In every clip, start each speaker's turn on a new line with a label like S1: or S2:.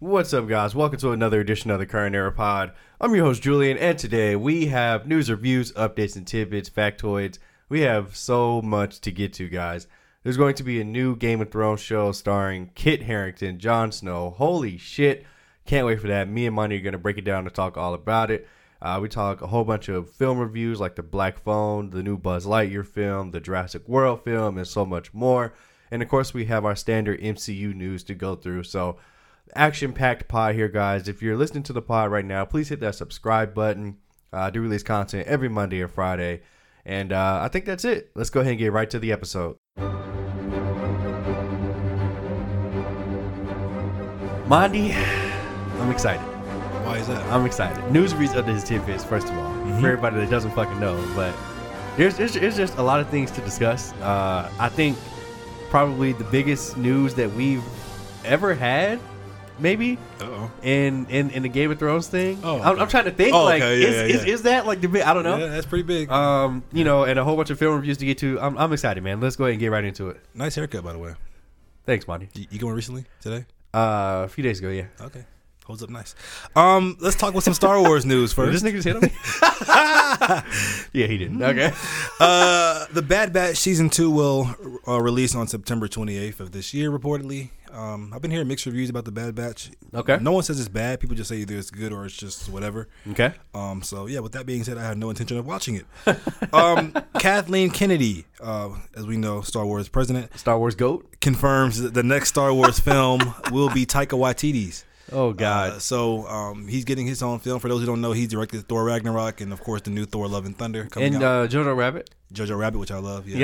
S1: What's up, guys? Welcome to another edition of the Current Era Pod. I'm your host, Julian, and today we have news, reviews, updates, and tidbits, factoids. We have so much to get to, guys. There's going to be a new Game of Thrones show starring Kit Harrington, Jon Snow. Holy shit. Can't wait for that. Me and Monty are going to break it down and talk all about it. Uh, we talk a whole bunch of film reviews like The Black Phone, the new Buzz Lightyear film, the Jurassic World film, and so much more. And of course, we have our standard MCU news to go through. So, action packed pod here, guys. If you're listening to the pod right now, please hit that subscribe button. Uh, I do release content every Monday or Friday. And uh, I think that's it. Let's go ahead and get right to the episode. Mondi, I'm excited.
S2: Why is that?
S1: I'm excited. News reads up to his tidbits, first of all,
S2: Mm-hmm.
S1: for everybody that doesn't fucking know. But there's, there's, there's just a lot of things to discuss. Uh, I think probably the biggest news that we've ever had, maybe,
S2: Uh-oh.
S1: in, in, in the Game of Thrones thing.
S2: Oh,
S1: I'm,
S2: okay.
S1: I'm trying to think,
S2: Oh,
S1: like,
S2: okay, yeah,
S1: is,
S2: yeah,
S1: Is,
S2: yeah.
S1: is that like the big, I don't know.
S2: Yeah, that's pretty big.
S1: Um, you know, and a whole bunch of film reviews to get to. I'm, I'm excited, man. Let's go ahead and get right into it.
S2: nice haircut, by the way.
S1: Thanks, Monty.
S2: You, you going recently today?
S1: Uh, a few days ago, yeah.
S2: Okay, holds up nice. Um, let's talk with some Star Wars news
S1: Did this
S2: first.
S1: nigga just hit on me? yeah, he didn't. Okay.
S2: Uh, the Bad Batch season two will uh, release on September 28th of this year, reportedly. Um, I've been hearing mixed reviews about the Bad Batch.
S1: Okay.
S2: No one says it's bad. People just say either it's good or it's just whatever.
S1: Okay.
S2: Um, so yeah, with that being said, I have no intention of watching it. Um, Kathleen Kennedy, uh, as we know, Star Wars president,
S1: Star Wars GOAT.
S2: confirms that the next Star Wars film will be Taika Waititi's.
S1: Oh, God.
S2: Uh, so um, he's getting his own film. For those who don't know, he directed Thor Ragnarok and of course the new Thor Love and Thunder coming
S1: and
S2: out.
S1: uh, Jojo Rabbit.
S2: Jojo Rabbit, which I love. Yes.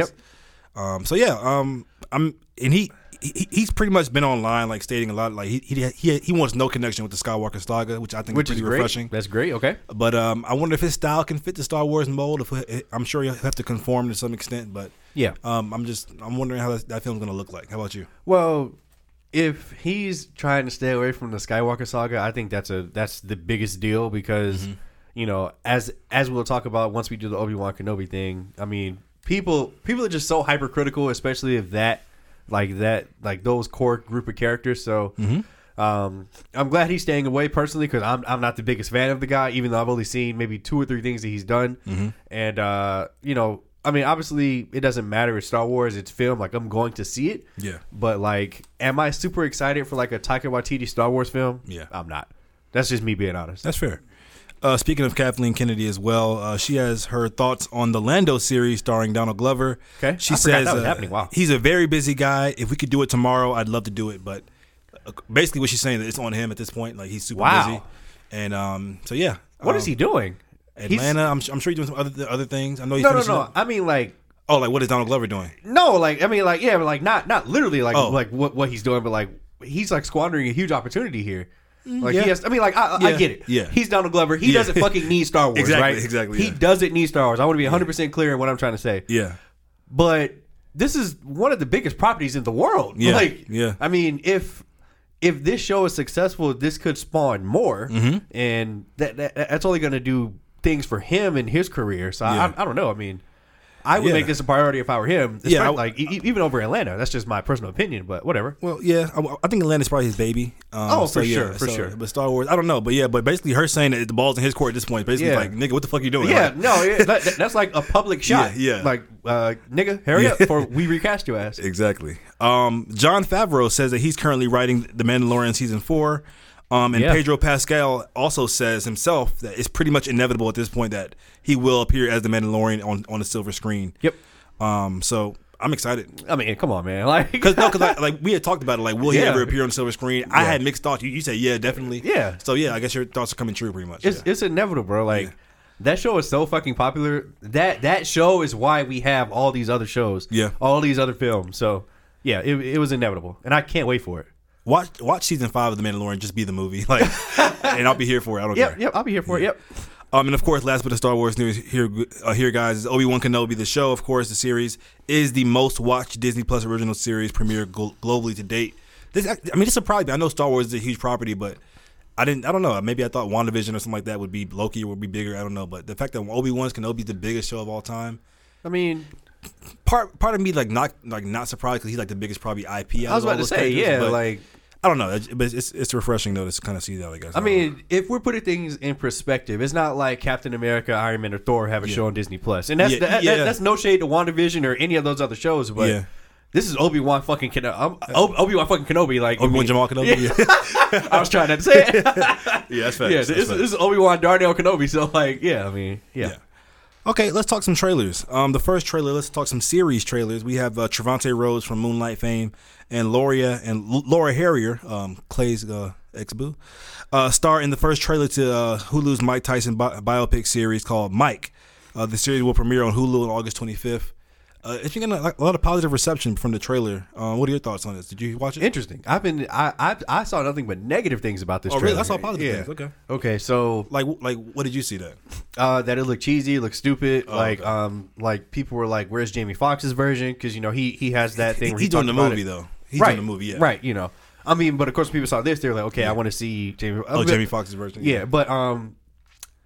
S1: Yep.
S2: Um, so yeah, um, I'm and he, he he's pretty much been online like stating a lot like he he he, he wants no connection with the Skywalker saga, which I think
S1: Which
S2: is
S1: is
S2: pretty
S1: great.
S2: refreshing.
S1: That's great. Okay.
S2: But um, I wonder if his style can fit the Star Wars mold. If I'm sure he'll have to conform to some extent, but
S1: Yeah.
S2: um, I'm just I'm wondering how that, that film's gonna look like. How about you?
S1: Well, if he's trying to stay away from the Skywalker saga, I think that's a that's the biggest deal because you know as as we'll talk about once we do the Obi Wan Kenobi thing. I mean, people people are just so hypercritical, especially if that like that like those core group of characters. So. Um, I'm glad he's staying away personally because I'm I'm not the biggest fan of the guy, even though I've only seen maybe two or three things that he's done. And uh, you know, I mean, obviously it doesn't matter. It's Star Wars, it's film. Like I'm going to see it.
S2: Yeah.
S1: But like, am I super excited for like a Taika Waititi Star Wars film?
S2: Yeah.
S1: I'm not. That's just me being honest.
S2: That's fair. Uh, speaking of Kathleen Kennedy as well, uh, she has her thoughts on the Lando series starring Donald Glover.
S1: Okay.
S2: she
S1: I forgot
S2: says
S1: that was
S2: uh,
S1: happening. Wow.
S2: he's a very busy guy. If we could do it tomorrow, I'd love to do it. But uh, basically, what she's saying is it's on him at this point. Like he's super
S1: Wow.
S2: busy, and um, so yeah.
S1: What
S2: um,
S1: is he doing? He's-
S2: Atlanta. I'm, su- I'm sure he's doing some other other things. I know he's
S1: No, no,
S2: finishing
S1: no.
S2: up-
S1: I mean, like,
S2: Oh, like what is Donald Glover doing?
S1: no, like, I mean, like, yeah, but like, not, not literally, like,
S2: Oh.
S1: like what what he's doing, but like, he's like squandering a huge opportunity here. Like
S2: Mm, yeah.
S1: he has, I mean, like I, I
S2: Yeah,
S1: get it.
S2: yeah.
S1: he's Donald Glover. He
S2: Yeah.
S1: doesn't fucking need Star Wars,
S2: Exactly,
S1: right?
S2: exactly,
S1: He
S2: yeah.
S1: doesn't need Star Wars. I want to be 100 percent clear in what I'm trying to say.
S2: Yeah,
S1: but this is one of the biggest properties in the world.
S2: Yeah,
S1: Like,
S2: yeah.
S1: I mean, if if this show is successful, this could spawn more,
S2: Mm-hmm.
S1: and that, that that's only going to do things for him and his career. So
S2: Yeah.
S1: I, I don't know. I mean, I would
S2: Yeah.
S1: make this a priority if I were him.
S2: Yeah,
S1: Yeah,
S2: I-
S1: like e- e- even over Atlanta. That's just my personal opinion, but whatever.
S2: Well, yeah, I, I think Atlanta's probably his baby. Um,
S1: Oh,
S2: so,
S1: for
S2: yeah,
S1: sure, for
S2: so-
S1: sure.
S2: But Star Wars, I don't know, but yeah, but basically her saying that the ball's in his court at this point, basically
S1: Yeah.
S2: like, nigga, what the fuck you doing?
S1: Yeah,
S2: Like,
S1: no, it, that, that's like a public shot.
S2: Yeah, yeah.
S1: Like, uh, nigga, hurry up before we recast your ass.
S2: exactly. Um, John Favreau says that he's currently writing The Mandalorian season four, um, and
S1: Yeah.
S2: Pedro Pascal also says himself that it's pretty much inevitable at this point that he will appear as the Mandalorian on on the silver screen.
S1: Yep.
S2: Um, so I'm excited.
S1: I mean, come on, man. Like,
S2: Cause no, cause like, like we had talked about it, like will he
S1: Yeah.
S2: ever appear on the silver screen? I had mixed thoughts. You, you said yeah, definitely.
S1: Yeah.
S2: So yeah, I guess your thoughts are coming true, pretty much.
S1: It's
S2: yeah.
S1: it's inevitable, bro. Like that show is so fucking popular. That that show is why we have all these other shows.
S2: Yeah.
S1: All these other films. So yeah, it, it was inevitable. And I can't wait for it.
S2: Watch watch season five of The Mandalorian just be the movie, like, and I'll be here for it. I don't
S1: Yep,
S2: care.
S1: yep, I'll be here for it. Yep.
S2: Um, and of course, last bit of Star Wars news here, uh, here guys is Obi Wan Kenobi. The show, of course, the series is the most watched Disney Plus original series premiere glo- globally to date. This, act- I mean, it surprised me. I know Star Wars is a huge property, but I didn't. I don't know. Maybe I thought WandaVision or something like that would be Loki would be bigger. I don't know, but the fact that Obi Wan's Kenobi is the biggest show of all time.
S1: I mean,
S2: Part part of me like not like not surprised because he's like the biggest probably IP. out
S1: I was
S2: of all
S1: about to
S2: those
S1: say,
S2: characters,
S1: yeah,
S2: but-
S1: like
S2: I don't know, it- but it's it's refreshing though to kind of see that. I guess.
S1: I mean, if we're putting things in perspective, it's not like Captain America, Iron Man, or Thor have a show on Disney Plus, and that's
S2: Yeah,
S1: that,
S2: yeah.
S1: That, that's no shade to WandaVision or any of those other shows, but
S2: Yeah.
S1: this is Obi Wan fucking Kenobi. Obi Wan fucking Kenobi, like
S2: Obi
S1: I
S2: Wan
S1: mean,
S2: Jamal Kenobi. Yeah, yeah.
S1: I was trying not to say it.
S2: that's facts.
S1: yeah,
S2: that's
S1: this, is-
S2: facts.
S1: this is Obi Wan Darnell Kenobi, so like, yeah, I mean, yeah,
S2: Yeah. Okay, let's talk some trailers. Um, the first trailer. Let's talk some series trailers. We have uh, Trevante Rhodes from Moonlight fame, and Loria and L- Laura Harrier, um, Clay's uh, ex boo, uh, star in the first trailer to uh, Hulu's Mike Tyson bi- biopic series called Mike. Uh, the series will premiere on Hulu on August 25th. Uh, it's been getting a, a lot of positive reception from the trailer. Uh, what are your thoughts on this? Did you watch it?
S1: Interesting. I've been I, I I saw nothing but negative things about this.
S2: Oh, really?
S1: trailer.
S2: I saw positive
S1: Yeah.
S2: things. Okay.
S1: Okay, so
S2: Like, like, what did you see? That
S1: uh, that it looked cheesy, it looked stupid.
S2: Oh,
S1: like, um, like people were like, "Where's Jamie Foxx's version?" Because you know he he has that thing.
S2: he,
S1: where
S2: he's doing the
S1: talked about
S2: movie
S1: it.
S2: though. He's
S1: right,
S2: doing the movie. Yeah.
S1: right. You know, I mean, but of course, people saw this. They were like, "Okay, I want to see Jamie."
S2: Oh, Jamie Foxx's version.
S1: Yeah, but um,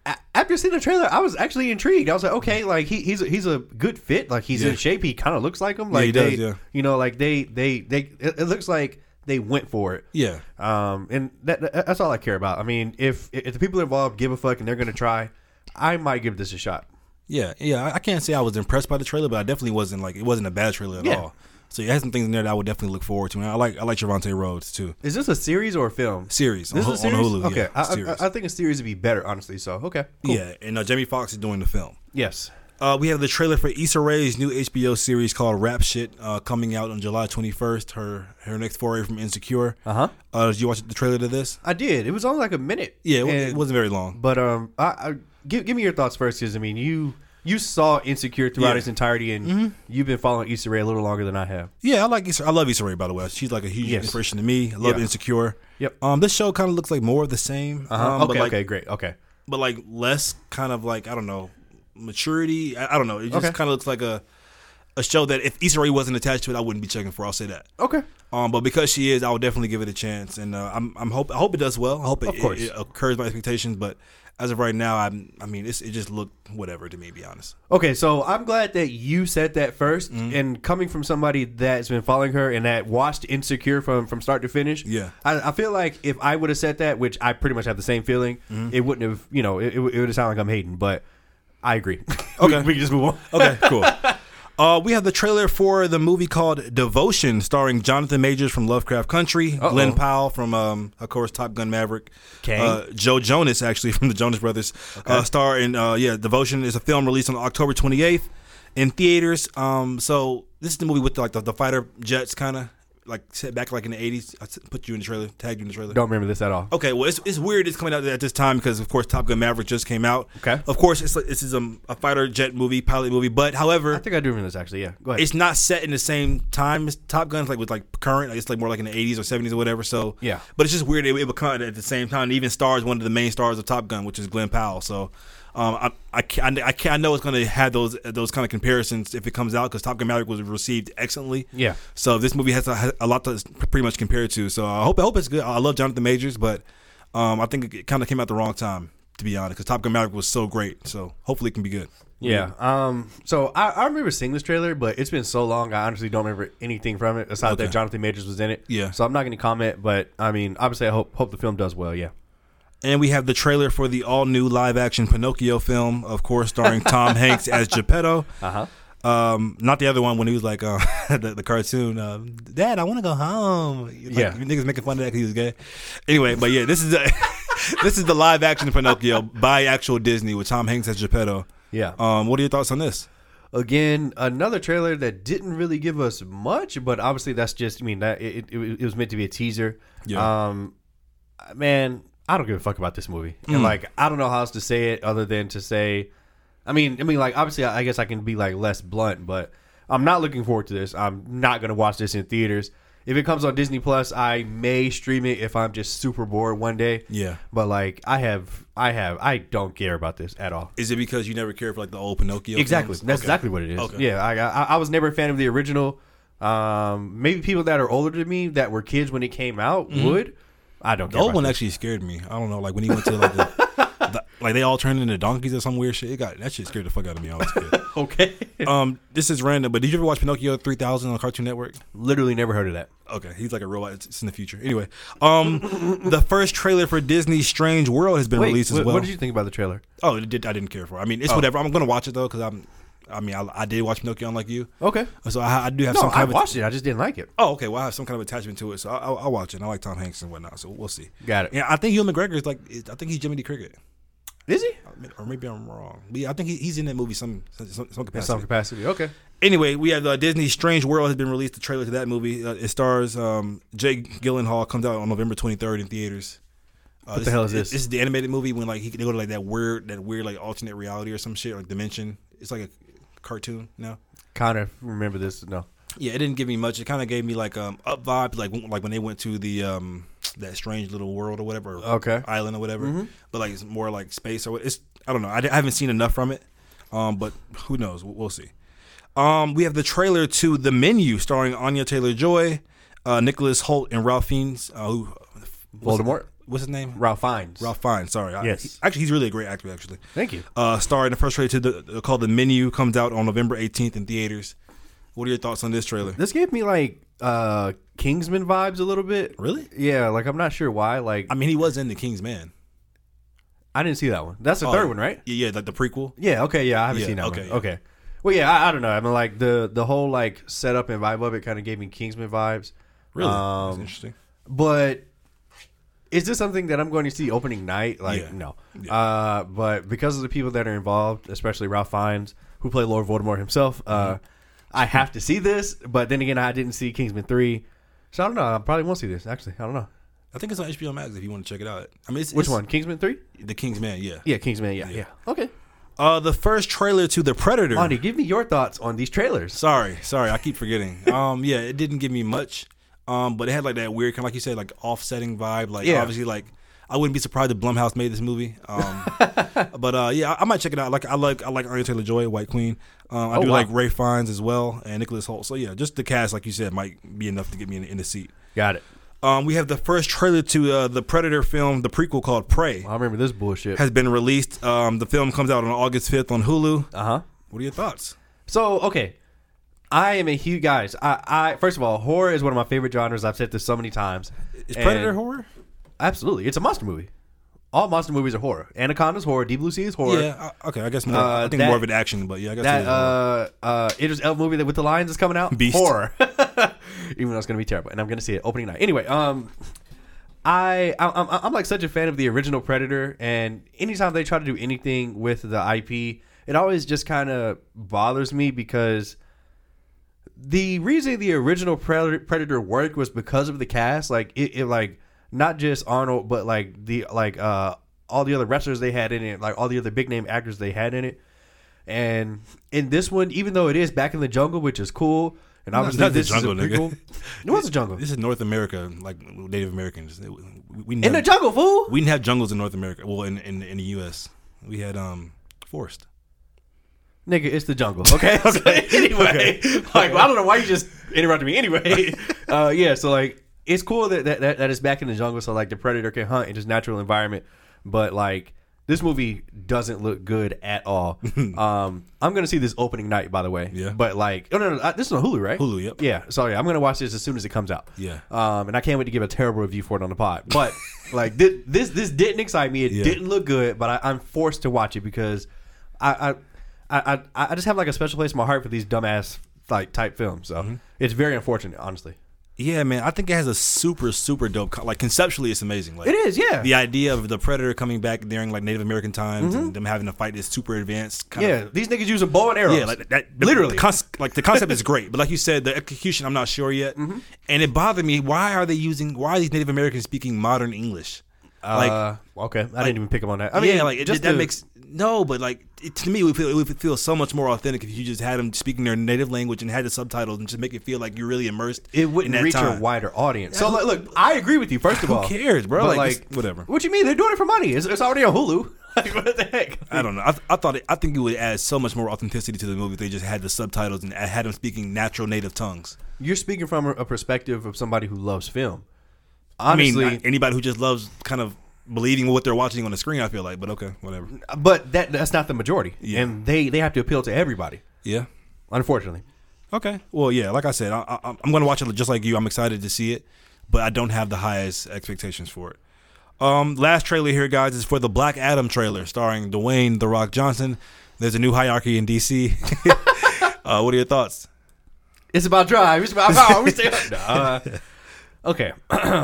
S1: a- after seeing the trailer, I was actually intrigued. I was like, okay, like he, he's a, he's a good fit. Like he's in
S2: Yeah.
S1: shape. He kind of looks like him. Like
S2: he
S1: they,
S2: does, yeah.
S1: you know, like they they they. It, it looks like they went for it.
S2: Yeah.
S1: Um, and that that- that's all I care about. I mean, if if the people involved give a fuck and they're gonna try, I might give this a shot.
S2: Yeah, yeah. I- I can't say I was impressed by the trailer, but I definitely wasn't like it wasn't a bad trailer at
S1: Yeah.
S2: all. So it has some things in there that I would definitely look forward to. And I like I like Javante Rhodes too.
S1: Is this a series or a film?
S2: Series on,
S1: This
S2: Hu-
S1: is a series.
S2: on Hulu.
S1: okay,
S2: yeah,
S1: I,
S2: series.
S1: I, I think a series would be better, honestly. So okay, cool.
S2: yeah. And uh, Jamie Foxx is doing the film.
S1: Yes.
S2: Uh, we have the trailer for Issa Rae's new HBO series called Rap Shit, uh, coming out on July 21st. Her her next foray from Insecure.
S1: Uh-huh.
S2: Uh Did you watch the trailer to this?
S1: I did. It was only like a minute.
S2: Yeah, it, wa- it
S1: And-
S2: wasn't very long.
S1: But um, I, I give give me your thoughts first, because I mean, you you saw Insecure throughout
S2: Yeah. Mm-hmm.
S1: its entirety, and you've been following Issa Rae a little longer than I have.
S2: Yeah, I like Issa. I love Issa Rae, by the way. She's like a huge
S1: Yes.
S2: inspiration to me. I love
S1: Yeah.
S2: Insecure.
S1: Yep. Uh-huh.
S2: Um, this show kind of looks like more of the same. Um, but,
S1: okay,
S2: like,
S1: okay, great, okay.
S2: but like less kind of like I don't know maturity. I, I don't know. It just
S1: Okay.
S2: kind of looks like a a show that if Issa Rae wasn't attached to it, I wouldn't be checking for. I'll say that.
S1: Okay.
S2: Um, but because she is, I will definitely give it a chance, and uh, I'm I'm hope I hope it does well. I hope it,
S1: Of course.
S2: it, it occurs my expectations, but. As of right now, I'm. I mean, it's, it just looked whatever to me. to Be honest.
S1: Okay, so I'm glad that you said that 1st
S2: Mm-hmm.
S1: and coming from somebody that's been following her and that watched Insecure from from start to finish.
S2: Yeah.
S1: I, I feel like if I would have said that, which I pretty much have the same feeling,
S2: Mm-hmm.
S1: it wouldn't have. You know, it, it would have sounded like I'm hating, but I agree.
S2: Okay.
S1: we, we can just move on.
S2: Okay, cool. Uh, we have the trailer for the movie called Devotion, starring Jonathan Majors from Lovecraft Country, Glenn Powell from, um, of course, Top Gun Maverick,
S1: Okay.
S2: uh, Joe Jonas actually from the Jonas Brothers. Uh, star in uh, yeah, Devotion is a film released on October 28th in theaters. Um, so this is the movie with like the, the fighter jets kind of like set back like in the 80s. I s- put you in the trailer, tagged you in the trailer.
S1: Don't remember this at all.
S2: Okay, well, it's, it's weird it's coming out at this time because, of course, Top Gun Maverick just came out.
S1: Okay.
S2: Of course, it's like, this is um, a fighter jet movie, pilot movie, but however,
S1: I think I do remember this actually. Yeah, go ahead.
S2: it's not set in the same time as Top Gun's like with like current. Like, it's like more like in the eighties or seventies or whatever. So
S1: Yeah.
S2: but it's just weird. It, it would come out at the same time. It even stars one of the main stars of Top Gun, which is Glenn Powell. So. Um, I, I, ca- I, I, ca- I know it's going to have those those kind of comparisons if it comes out because Top Gun Maverick was received excellently.
S1: Yeah.
S2: So this movie has a, has a lot to pretty much compare it to. So I hope I hope it's good. I love Jonathan Majors, but um, I think it kind of came out the wrong time to be honest because Top Gun Maverick was so great. So hopefully it can be good.
S1: Yeah. Um. So I, I remember seeing this trailer, but it's been so long. I honestly don't remember anything from it aside
S2: Okay.
S1: that Jonathan Majors was in it.
S2: Yeah.
S1: So I'm not going to comment, but I mean, obviously, I hope hope the film does well. Yeah.
S2: And we have the trailer for the all new live action Pinocchio film, of course, starring Tom Hanks as Geppetto.
S1: Uh
S2: Um, not the other one when he was like uh, the, the cartoon, uh, Dad, I want to go home. Like,
S1: Yeah.
S2: you niggas making fun of that because he was gay. Anyway, but yeah, this is a, this is the live action Pinocchio by actual Disney with Tom Hanks as Geppetto.
S1: Yeah.
S2: Um, what are your thoughts on this?
S1: Again, another trailer that didn't really give us much, but obviously that's just. I mean, that it, it, it was meant to be a teaser.
S2: Yeah.
S1: Um, man, I don't give a fuck about this movie, and like I don't know how else to say it other than to say, I mean, I mean, like obviously, I I guess I can be like less blunt, but I'm not looking forward to this. I'm not gonna watch this in theaters. If it comes on Disney Plus, I may stream it if I'm just super bored one day.
S2: Yeah.
S1: But like, I have, I have, I don't care about this at all.
S2: Is it because you never cared for like the old Pinocchio?
S1: Exactly.
S2: films?
S1: That's
S2: Okay.
S1: exactly what it is.
S2: Okay.
S1: Yeah, I, I I was never a fan of the original. Um, maybe people that are older than me that were kids when it came out would. I don't.
S2: The
S1: care
S2: old
S1: about
S2: one
S1: this.
S2: actually scared me. I don't know, like when he went to like the, the like they all turned into donkeys or some weird shit. It got that shit scared the fuck out of me. I was a kid.
S1: e-, Okay.
S2: um, this is random, but did you ever watch Pinocchio 3000 on Cartoon Network?
S1: Literally never heard of that.
S2: Okay, he's like a robot. It's, it's in the future. Anyway, um, the first trailer for Disney's Strange World has been
S1: Wait,
S2: released as
S1: wh-
S2: well.
S1: what did you think about the trailer?
S2: oh, it did, I didn't care for. it. I mean, it's
S1: Oh.
S2: whatever. I'm gonna watch it though because I'm. I mean, I, I did watch Pinocchio unlike you,
S1: Okay.
S2: so I, I do have
S1: Oh. No,
S2: some kind
S1: I
S2: of.
S1: watched it. I just didn't like it.
S2: oh, okay. Well, I have some kind of attachment to it, so I, I'll, I'll watch it. And I like Tom Hanks and whatnot, so we'll see.
S1: Got it.
S2: Yeah, I think Hugh McGregor is like. I think he's Jiminy Cricket,
S1: Is he?
S2: or maybe I'm wrong. But yeah, I think he, he's in that movie some some, some capacity.
S1: In some capacity. Okay.
S2: anyway, we have uh, Disney's Strange World has been released. The trailer to that movie. Uh, it stars um, Jake Gyllenhaal. Comes out on November 23rd in theaters. Uh,
S1: the hell is this?
S2: This is the animated movie when like he, they go to like that weird that weird like alternate reality or some shit like dimension. It's like a cartoon now.
S1: Kind of remember this. No.
S2: Yeah, it didn't give me much. It kind of gave me like um up vibe, like when- like when they went to the um that strange little world or whatever, or
S1: Okay. Mm-hmm.
S2: island or whatever. But like it's more like space or what? It's I don't know. I, di- I haven't seen enough from it. Um, but who knows? We'll, we'll see. Um, we have the trailer to the menu starring Anya Taylor Joy, uh, Nicholas Holt, and Ralph Fiennes. Uh, who, what's-
S1: Voldemort.
S2: What's his name?
S1: Ralph Fiennes.
S2: Ralph Fiennes. Sorry. I-
S1: Yes.
S2: actually, he's really a great actor. Actually
S1: Thank you.
S2: uh, starring the first trailer to the, called The Menu comes out on November 18th in theaters. What are your thoughts on this trailer?
S1: This gave me like uh Kingsman vibes a little bit.
S2: Really?
S1: Yeah, like I'm not sure why. Like
S2: I mean, he was in The King's Man.
S1: I didn't see that one. That's the
S2: Oh,
S1: third one, right?
S2: Yeah, yeah, like the prequel.
S1: Yeah. Okay. Yeah, I haven't
S2: Yeah,
S1: seen that
S2: okay,
S1: one.
S2: yeah.
S1: Okay. Well, yeah, I, I don't know. I mean, like the the whole like setup and vibe of it kind of gave me Kingsman vibes.
S2: Really? That's
S1: Um,
S2: interesting.
S1: but is this something that I'm going to see opening night? Like,
S2: Yeah.
S1: no. Uh, but because of the people that are involved, especially Ralph Fiennes, who played Lord Voldemort himself, uh,
S2: Mm-hmm.
S1: I have to see this. But then again, I didn't see Kingsman three, so I don't know. I probably won't see this. Actually, I don't know.
S2: I think it's on HBO Max if you want to check it out. I mean, it's,
S1: Which
S2: it's-
S1: one? Kingsman three?
S2: The King's Man. Yeah.
S1: Yeah, Kingsman. Yeah, yeah. Okay,
S2: Uh, the first trailer to The Predator.
S1: Ani, give me your thoughts on these trailers.
S2: Sorry, sorry, I keep forgetting. um, yeah, it didn't give me much. Um, but it had like that weird kind of like you said, like offsetting vibe. Like
S1: Yeah.
S2: obviously, like I wouldn't be surprised if Blumhouse made this movie. Um, but uh, yeah, I, I might check it out. Like I like I like Anya Taylor Joy, White Queen. Um, I
S1: Oh,
S2: do
S1: wow.
S2: like Ray Fiennes as well and Nicholas Holt. So yeah, just the cast, like you said, might be enough to get me in, in the seat.
S1: Got it.
S2: Um, we have the first trailer to uh, the Predator film, the prequel called Prey,
S1: I remember this bullshit. Uh
S2: has been released. Um, the film comes out on August fifth on Hulu.
S1: huh.
S2: What are your thoughts?
S1: So okay, I am a huge guys. I, I first of all, horror is one of my favorite genres. I've said this so many times.
S2: Is
S1: And-
S2: Predator horror?
S1: Absolutely, it's a monster movie. All monster movies are horror. Anaconda's horror. Deep Blue Sea is horror.
S2: Yeah, I- okay. I guess more.
S1: Uh,
S2: I think
S1: that-
S2: more of an action, but yeah, I guess
S1: That uh, uh, Idris Elba movie that with the lions is coming out.
S2: Beast.
S1: Horror. Even though it's gonna be terrible, and I'm gonna see it opening night. Anyway, um, I I- I'm, I'm like such a fan of the original Predator, and anytime they try to do anything with the IP, it always just kind of bothers me because the reason the original Pred- Predator worked was because of the cast. Like it, it like not just Arnold, but like the like uh all the other wrestlers they had in it, like all the other big name actors they had in it. And in this one, even though it is back in the jungle, which is cool, and obviously
S2: not the
S1: this
S2: jungle,
S1: is a
S2: nigga.
S1: prequel. It was a jungle
S2: this is North America, like Native Americans. It- We, we
S1: in
S2: didn't
S1: the
S2: have,
S1: jungle, fool.
S2: we didn't have jungles in North America. Well, in, in in the U.S., we had um forest.
S1: Nigga, it's the jungle. Okay. okay. anyway, like well, I don't know why you just interrupted me. Anyway, uh, yeah. So like, it's cool that that, that that is back in the jungle. So like, the predator can hunt in his natural environment. But like, this movie doesn't look good at all. um, I'm gonna see this opening night, by the way.
S2: Yeah.
S1: But like, oh no, no, no, this is on Hulu, right?
S2: Hulu, yep.
S1: Yeah. Sorry, I'm gonna watch this as soon as it comes out.
S2: Yeah.
S1: Um, and I can't wait to give a terrible review for it on the pod. But like, this this this didn't excite me. It
S2: Yeah.
S1: didn't look good, but I, I'm forced to watch it because I, I I I I just have like a special place in my heart for these dumbass like type films. So
S2: Mm-hmm.
S1: it's very unfortunate, honestly.
S2: Yeah, man. I think it has a super super dope. co- Like conceptually, it's amazing. Like
S1: It is, yeah,
S2: the idea of the predator coming back during like Native American times and them having to fight this super advanced. Kind
S1: yeah.
S2: Of,
S1: These niggas use a bow and arrows.
S2: yeah, like that.
S1: Literally.
S2: the cons- like the concept is great, but like you said, the execution, I'm not sure yet.
S1: Mm-hmm.
S2: And it bothered me. Why are they using? Why are these Native Americans speaking modern English? Like,
S1: Uh, okay, I didn't even pick up on that. I mean,
S2: yeah, like it,
S1: just
S2: that
S1: the-
S2: makes no, but like it, to me, we feel it would feel so much more authentic if you just had them speaking their native language and had the subtitles and just make it feel like you're really immersed.
S1: it
S2: in
S1: wouldn't
S2: that
S1: reach
S2: time.
S1: a wider audience. So like, look, I agree with you. First of
S2: Who
S1: all,
S2: cares, bro?
S1: But
S2: Like,
S1: like,
S2: it's- whatever.
S1: What you mean? They're doing it for money. It's, it's already on Hulu. Like, what the heck?
S2: I don't know. I, I thought it, I think it would add so much more authenticity to the movie if they just had the subtitles and had them speaking natural native tongues.
S1: You're speaking from a- a perspective of somebody who loves film.
S2: I mean,
S1: Honestly,
S2: anybody who just loves kind of believing what they're watching on the screen. I feel like, but okay, whatever.
S1: But that that's not the majority,
S2: Yeah.
S1: and they they have to appeal to everybody.
S2: Yeah.
S1: Unfortunately,
S2: Okay. Well, yeah. Like I said, I, I, I'm going to watch it just like you. I'm excited to see it, but I don't have the highest expectations for it. Um, last trailer here, guys, is for the Black Adam trailer starring Dwayne the Rock Johnson. There's a new hierarchy in DC. uh, what are your thoughts?
S1: it's about drive. It's about power. We stay up. Nah. okay.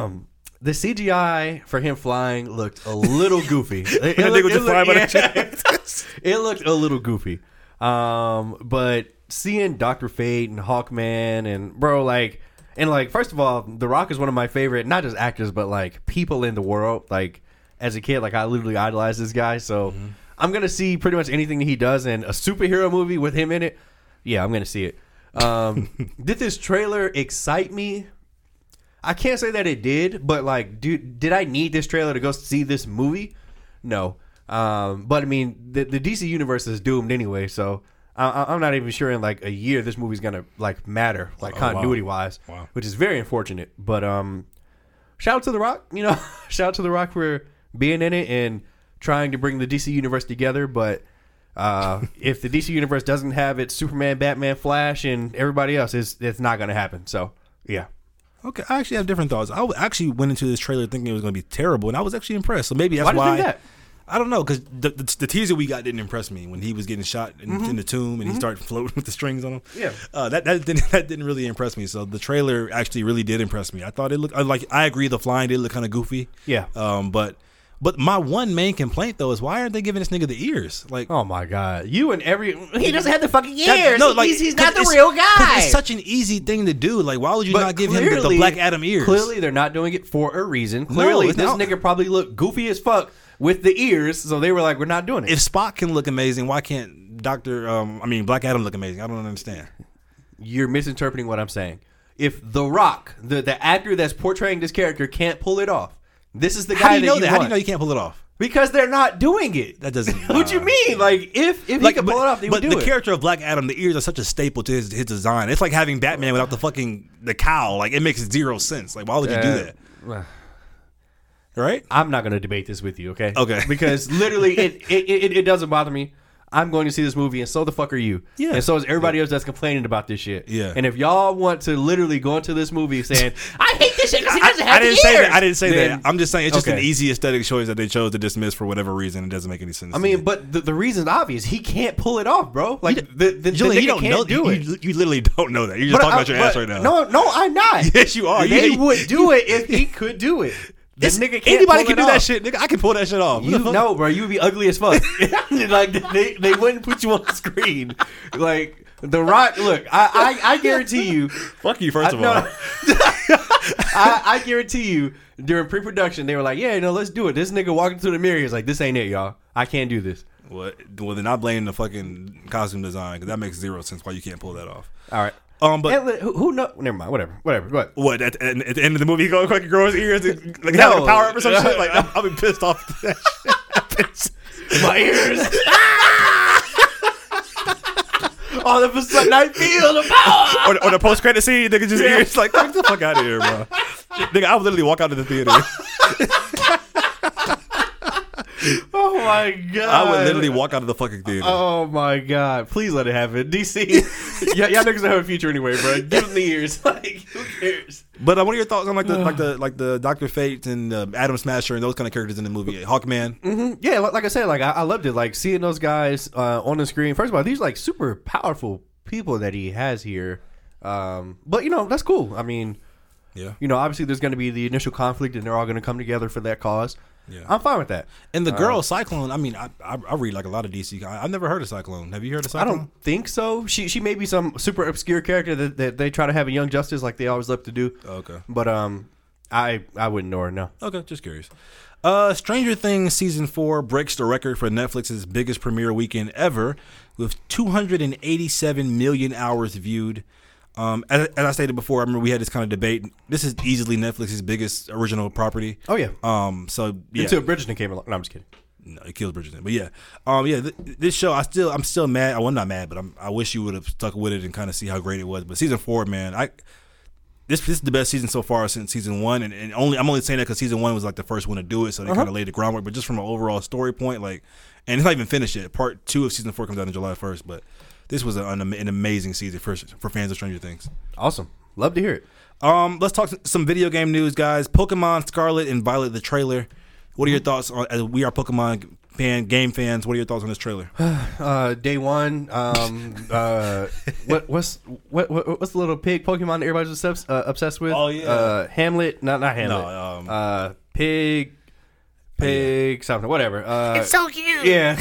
S1: The CGI for him flying looked a little goofy. It,
S2: That nigga
S1: looked-
S2: was just flying by the
S1: it looked a little goofy. Um, but seeing Doctor Fate and Hawkman and bro, like, and like, first of all, The Rock is one of my favorite, not just actors, but like people in the world. Like, as a kid, like I literally idolized this guy. So
S2: Mm-hmm.
S1: I'm gonna see pretty much anything that he does in a superhero movie with him in it. Yeah, I'm gonna see it. Um, did this trailer excite me? I can't say that it did, but like, dude, did I need this trailer to go see this movie? No. Um, but I mean, the, the DC universe is doomed anyway, so I, I- I'm not even sure in like a year this movie's gonna like matter, like
S2: Oh, wow.
S1: continuity wise,
S2: Wow.
S1: which is very unfortunate. But um, shout out to The Rock, you know, shout out to The Rock for being in it and trying to bring the DC universe together. But uh, if the DC universe doesn't have its Superman, Batman, Flash, and everybody else, it's it's not gonna happen. So yeah.
S2: Okay, I actually have different thoughts. I w- actually went into this trailer thinking it was going to be terrible, and I was actually impressed. So maybe that's
S1: Why do you
S2: why.
S1: think that?
S2: I don't know because the, the, the teaser we got didn't impress me when he was getting shot in, in the tomb and he started floating with the strings on him.
S1: Mm-hmm. Yeah.
S2: uh, that that didn't, that didn't really impress me. So the trailer actually really did impress me. I thought it looked I like I agree the flying did look kind of goofy.
S1: Yeah.
S2: Um, but but my one main complaint though is why aren't they giving this nigga the ears? Like
S1: Oh my god! You and every he doesn't have the fucking
S2: that-
S1: ears. he's, he's not
S2: 'cause
S1: the
S2: it's-
S1: real
S2: 'cause
S1: guy.
S2: It's such an easy thing to do. Like why would you not give him the, the Black Adam ears?
S1: Clearly, they're not doing it for a reason. Clearly,
S2: it's
S1: this
S2: not.
S1: nigga probably looked goofy as fuck with the ears, so they were like, "We're not doing it."
S2: If Spock can look amazing, why can't Doctor? Um, I mean Black Adam look amazing? I don't understand.
S1: You're misinterpreting what I'm saying. If The Rock, the the actor that's portraying this character, can't pull it off, this is the guy
S2: How do you
S1: that
S2: know
S1: you
S2: that? How do you
S1: want.
S2: know you can't pull it off?
S1: because they're not doing it.
S2: That doesn't.
S1: what you
S2: nah.
S1: mean? Like if if he could pull it off, they
S2: but
S1: would do
S2: the
S1: it.
S2: character of Black Adam, the ears are such a staple to his, his design. It's like having Batman without the fucking the cowl. Like it makes zero sense. Like why would you do
S1: Yeah.
S2: that? Right?
S1: I'm not going to debate this with you, okay?
S2: Okay.
S1: Because literally, it, it, it it doesn't bother me. I'm going to see this movie, and so the fuck are you.
S2: Yeah.
S1: And so is everybody else that's complaining about this shit.
S2: Yeah.
S1: And if y'all want to literally go into this movie saying, I hate this shit because it doesn't have
S2: I didn't
S1: the
S2: say
S1: ears,"
S2: that. I didn't say
S1: then-
S2: that. I'm just saying it's just an
S1: Okay.
S2: easy aesthetic choice that they chose to dismiss for whatever reason. It doesn't make any sense.
S1: I mean, but the, the reason's obvious. He can't pull it off, bro. Like, the, the,
S2: Julian,
S1: the nigga
S2: you don't
S1: can't
S2: know.
S1: do
S2: you,
S1: it.
S2: You, you literally don't know that. You're just
S1: But
S2: talking
S1: I-
S2: about your
S1: but-
S2: ass right now.
S1: No, no, I'm not.
S2: Yes, you are.
S1: They
S2: Yeah, you-
S1: would do it if he could do it. This
S2: It's-
S1: nigga can't
S2: anybody
S1: pull
S2: can
S1: it
S2: do that
S1: off.
S2: shit. Nigga, I can pull that shit off.
S1: You know, bro, you would be ugly as fuck. like they, they wouldn't put you on the screen. Like the Rock. Look, I I, I guarantee you.
S2: Fuck you, first
S1: I,
S2: of
S1: no,
S2: all.
S1: I, I guarantee you. During pre-production, they were like, "Yeah, no, let's do it." This nigga walking through the mirror is like, "This ain't it, y'all. I can't do this."
S2: Well, well, then I blame the fucking costume design because that makes zero sense why you can't pull that off.
S1: All right.
S2: Um, but
S1: And li- who, who know? Never mind. Whatever. Whatever. What?
S2: What at, at, at the end of the movie, he go fucking grow his ears, and, like
S1: No.
S2: having a power up or some shit. Like I'll, I'll be pissed off. if That shit happens.
S1: My ears. All of a sudden, I feel the power.
S2: or, the- or the post credit scene, nigga, just ears like get the fuck out of here, bro. nigga, I would literally walk out of the theater.
S1: Oh my god!
S2: I would literally walk out of the fucking theater.
S1: Oh my god! Please let it happen, DC. y- y'all niggas don't have a future anyway, bro. Give them the ears. Like who cares?
S2: but uh, what are your thoughts on like the like the like the Doctor Fate and uh, Adam Smasher and those kind of characters in the movie? Hawkman.
S1: Yeah, like, like I said, like I, I loved it. Like seeing those guys uh, on the screen. First of all, these like super powerful people that he has here. Um, but you know that's cool. I mean,
S2: Yeah.
S1: you know, obviously there's going to be the initial conflict, and they're all going to come together for that cause.
S2: Yeah.
S1: I'm fine with that.
S2: And the girl Cyclone. I mean, I, I I read like a lot of DC. I, I've never heard of Cyclone. Have you heard of
S1: I
S2: Cyclone?
S1: don't think so. She she may be some super obscure character that, that they try to have in Young Justice, like they always love to do.
S2: Okay.
S1: But um, I I wouldn't know her. No.
S2: Okay, just curious. Uh, Stranger Things season four breaks the record for Netflix's biggest premiere weekend ever, with 287 million hours viewed. Um, as, as I stated before, I remember we had this kind of debate. This is easily Netflix's biggest original property.
S1: Oh yeah.
S2: Um, so yeah,
S1: Until Bridgerton came along. No, I'm just kidding.
S2: no, it kills Bridgerton. But yeah, um, yeah, th- this show I still I'm still mad. Well, I'm not mad, but I'm, I wish you would have stuck with it and kind of see how great it was. But season four, man, I this this is the best season so far since season one, and, and only I'm only saying that because season one was like the first one to do it, so they kind of laid the groundwork. But just from an overall story point, like, and it's not even finished yet. Part two of season four comes out on July 1st, but this was an, an amazing season for for fans of Stranger Things.
S1: Awesome. Love to hear it.
S2: Um, let's talk some video game news, guys. Pokemon Scarlet and Violet, the trailer. What
S1: Mm-hmm.
S2: are your thoughts on? As we are Pokemon fan game fans, what are your thoughts on this trailer?
S1: Uh, day one. Um, uh, what what's what, what what's the little pig Pokemon that everybody's obsessed, uh, obsessed with?
S2: Oh, yeah.
S1: uh, Hamlet. Not not Hamlet.
S2: um,
S1: uh, pig, pig something. Whatever. Uh,
S3: It's so cute.
S1: yeah.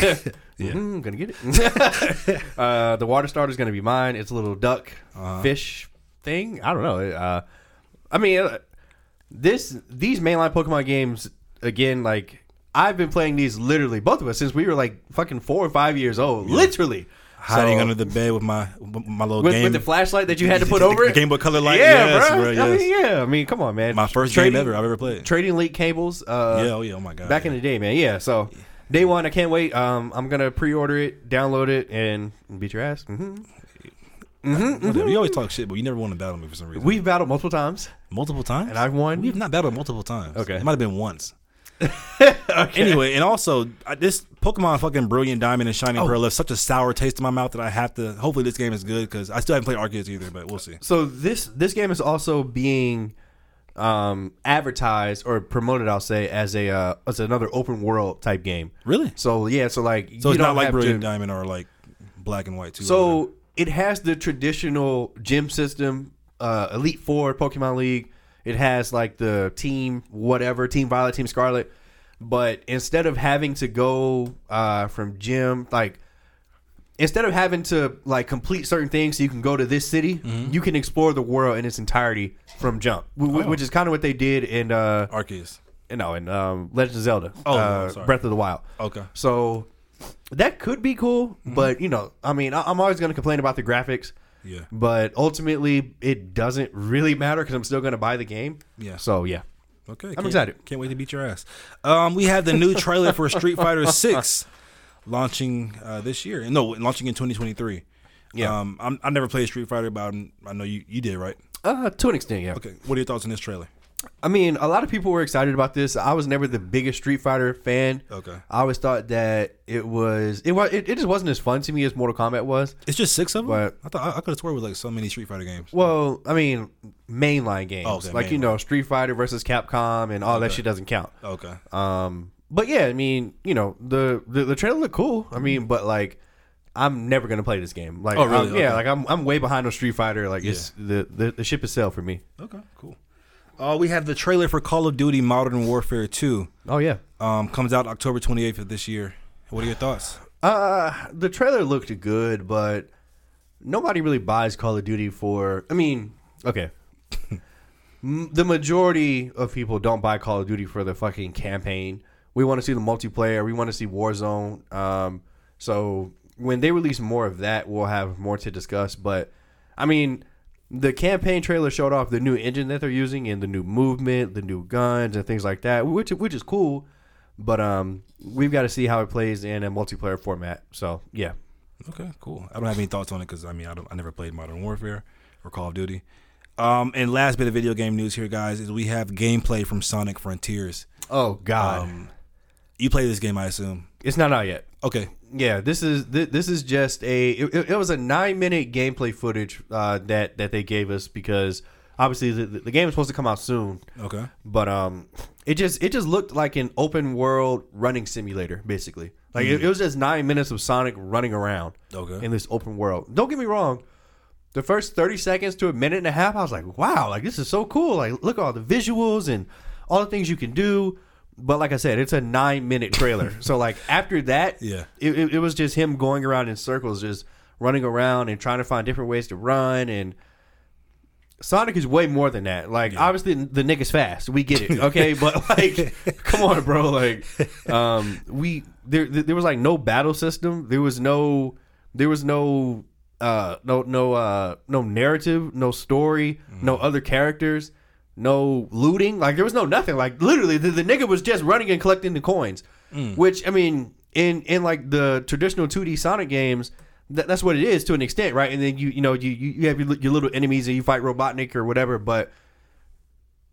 S1: Yeah. Mm-hmm, gonna get it. uh, the water starter's gonna be mine. It's a little duck
S2: Uh-huh.
S1: fish thing. I don't know. Uh, I mean, uh, this these mainline Pokemon games again. Like I've been playing these literally both of us since we were like fucking four or five years old. Literally
S2: Hiding
S1: So-
S2: under the bed with my with my little
S1: with,
S2: game
S1: with the flashlight that you had to put over
S2: the
S1: it.
S2: Game Boy Color light.
S1: yeah,
S2: yes,
S1: bro.
S2: bro,
S1: I
S2: yes.
S1: mean, yeah, I mean, come on, man.
S2: My first
S1: trading,
S2: game ever I've ever played.
S1: Trading link cables. Uh,
S2: yeah, oh yeah, oh my god.
S1: back in the day, man. Yeah, so day one, I can't wait. Um, I'm gonna pre-order it, download it, and beat your ass. hmm
S2: Whatever. You always talk shit, but you never want to battle me for some reason.
S1: We've battled multiple times,
S2: multiple times,
S1: and I've won.
S2: We've not battled multiple times.
S1: Okay.
S2: it might have been once. Anyway, and also I, this Pokemon fucking Brilliant Diamond and
S1: Oh.
S2: Shining Pearl left such a sour taste in my mouth that I have to. Hopefully, this game is good because I still haven't played Arceus either, but we'll see.
S1: so this this game is also being um advertised or promoted, I'll say, as a uh, as another open world type game.
S2: Really?
S1: So yeah, so like
S2: So
S1: you
S2: it's not
S1: don't
S2: like
S1: have to-
S2: Brilliant Diamond or like Black and White too. or
S1: So it has the traditional gym system, uh, Elite Four, Pokemon League. It has like the team, whatever, Team Violet, Team Scarlet. But instead of having to go uh, from gym, like instead of having to like complete certain things, so you can go to this city. You can explore the world in its entirety from jump, wh- wh- which is kind of what they did in uh,
S2: whatever. Arceus.
S1: no, in um, Legend of Zelda,
S2: Oh,
S1: uh,
S2: sorry.
S1: Breath of the Wild.
S2: Okay. Mm-hmm.
S1: So that could be cool, but you know, I mean, I- I'm always going to complain about the graphics.
S2: Yeah.
S1: But ultimately, it doesn't really matter because I'm still going to buy the game.
S2: Yeah.
S1: So yeah,
S2: Okay, can't-
S1: excited.
S2: Can't wait to beat your ass. Um, we have the new trailer for Street Fighter Six launching uh, this year. No, launching in 2023.
S1: Yeah.
S2: Um, I'm, I never played Street Fighter, but I'm, I know you, you did, right?
S1: uh, to an extent, yeah.
S2: Okay. What are your thoughts on this trailer?
S1: I mean, a lot of people were excited about this. I was never the biggest Street Fighter fan.
S2: Okay.
S1: I always thought that it was it was it, it just wasn't as fun to me as Mortal Kombat was.
S2: It's just six of them.
S1: But-
S2: I thought I, I could have sworn it was like so many Street Fighter games.
S1: Well, I mean, mainline games
S2: Okay,
S1: like you
S2: Oh, mainline.
S1: know Street Fighter versus Capcom and all that shit doesn't count.
S2: Okay.
S1: Um, but yeah, I mean, you know, the the, the trailer looked cool. I mean, but like, I'm never gonna play this game. Like,
S2: Oh, really?
S1: I'm- yeah,
S2: Okay.
S1: like I'm I'm way behind on Street Fighter. Like, it's the, the the ship is sailed for me.
S2: Okay. Cool. Uh, we have the trailer for Call of Duty Modern Warfare 2.
S1: Oh yeah.
S2: Um, comes out October 28th of this year. What are your thoughts?
S1: Uh, the trailer looked good, but nobody really buys Call of Duty for. I mean, okay. M- the majority of people don't buy Call of Duty for the fucking campaign. We want to see the multiplayer. We want to see Warzone. Um, so when they release more of that, we'll have more to discuss. But I mean, the campaign trailer showed off the new engine that they're using and the new movement, the new guns, and things like that, which which is cool. But um, we've got to see how it plays in a multiplayer format. So yeah,
S2: Okay, cool. I don't have any thoughts on it because I mean I don't I never played Modern Warfare or Call of Duty. Um, and last bit of video game news here, guys, is we have gameplay from Sonic Frontiers.
S1: Oh God,
S2: Um, you play this game, I assume.
S1: it's not out yet.
S2: Okay,
S1: Yeah, this is th- this is just a it, it- it was a nine minute gameplay footage uh, that that they gave us because obviously the, the game is supposed to come out soon,
S2: okay,
S1: but um, it just it just looked like an open world running simulator basically. Like it, it was just nine minutes of Sonic running around
S2: Okay.
S1: in this open world. Don't get me wrong. The first thirty seconds to a minute and a half, I was like, "Wow! Like this is so cool! Like look at all the visuals and all the things you can do." But like I said, it's a nine-minute trailer, so like after that,
S2: Yeah.
S1: it, it, it was just him going around in circles, just running around and trying to find different ways to run. And Sonic is way more than that. Like, obviously, the nigga's fast. We get it, okay? but like, come on, bro. Like, um, we there there was like no battle system. There was no there was no uh no no uh no narrative, no story, no other characters. No looting, like there was no nothing. Like literally, the, the nigga was just running and
S2: Mm.
S1: collecting the coins. Which I mean, in in like the traditional 2D Sonic games, that, that's what it is to an extent, right? And then you you know you you you have your, li- your little enemies and you fight Robotnik or whatever. But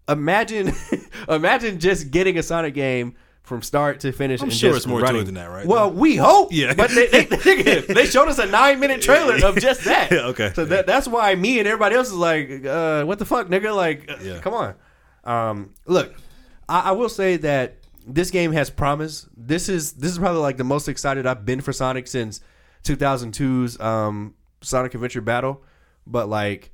S1: imagine imagine just getting a Sonic game from start to finish.
S2: I'm
S1: and
S2: sure
S1: just
S2: it's more to
S1: running.
S2: it than that, right?
S1: Well, we hope.
S2: Yeah.
S1: but they they, they, they showed us a nine minute trailer of just that.
S2: Yeah, okay.
S1: So that that's why me and everybody else is like, uh, what the fuck, nigga? Like, uh,
S2: Yeah.
S1: come on. Um, look, I, I will say that this game has promise. This is this is probably like the most excited I've been for Sonic since 2002's um, Sonic Adventure Battle. But like,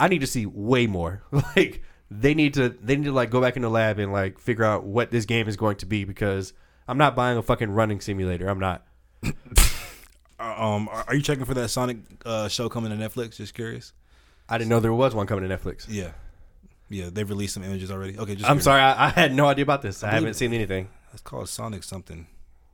S1: I need to see way more. Like, they need to they need to like go back in the lab and like figure out what this game is going to be because I'm not buying a fucking running simulator. I'm not.
S2: um, are are you checking for that Sonic uh, show coming to Netflix? Just curious.
S1: I didn't know there was one coming to Netflix.
S2: Yeah, yeah. They've released some images already. Okay, just
S1: I'm
S2: curious.
S1: sorry, I, I had no idea about this. I, haven't seen anything.
S2: It's called Sonic something.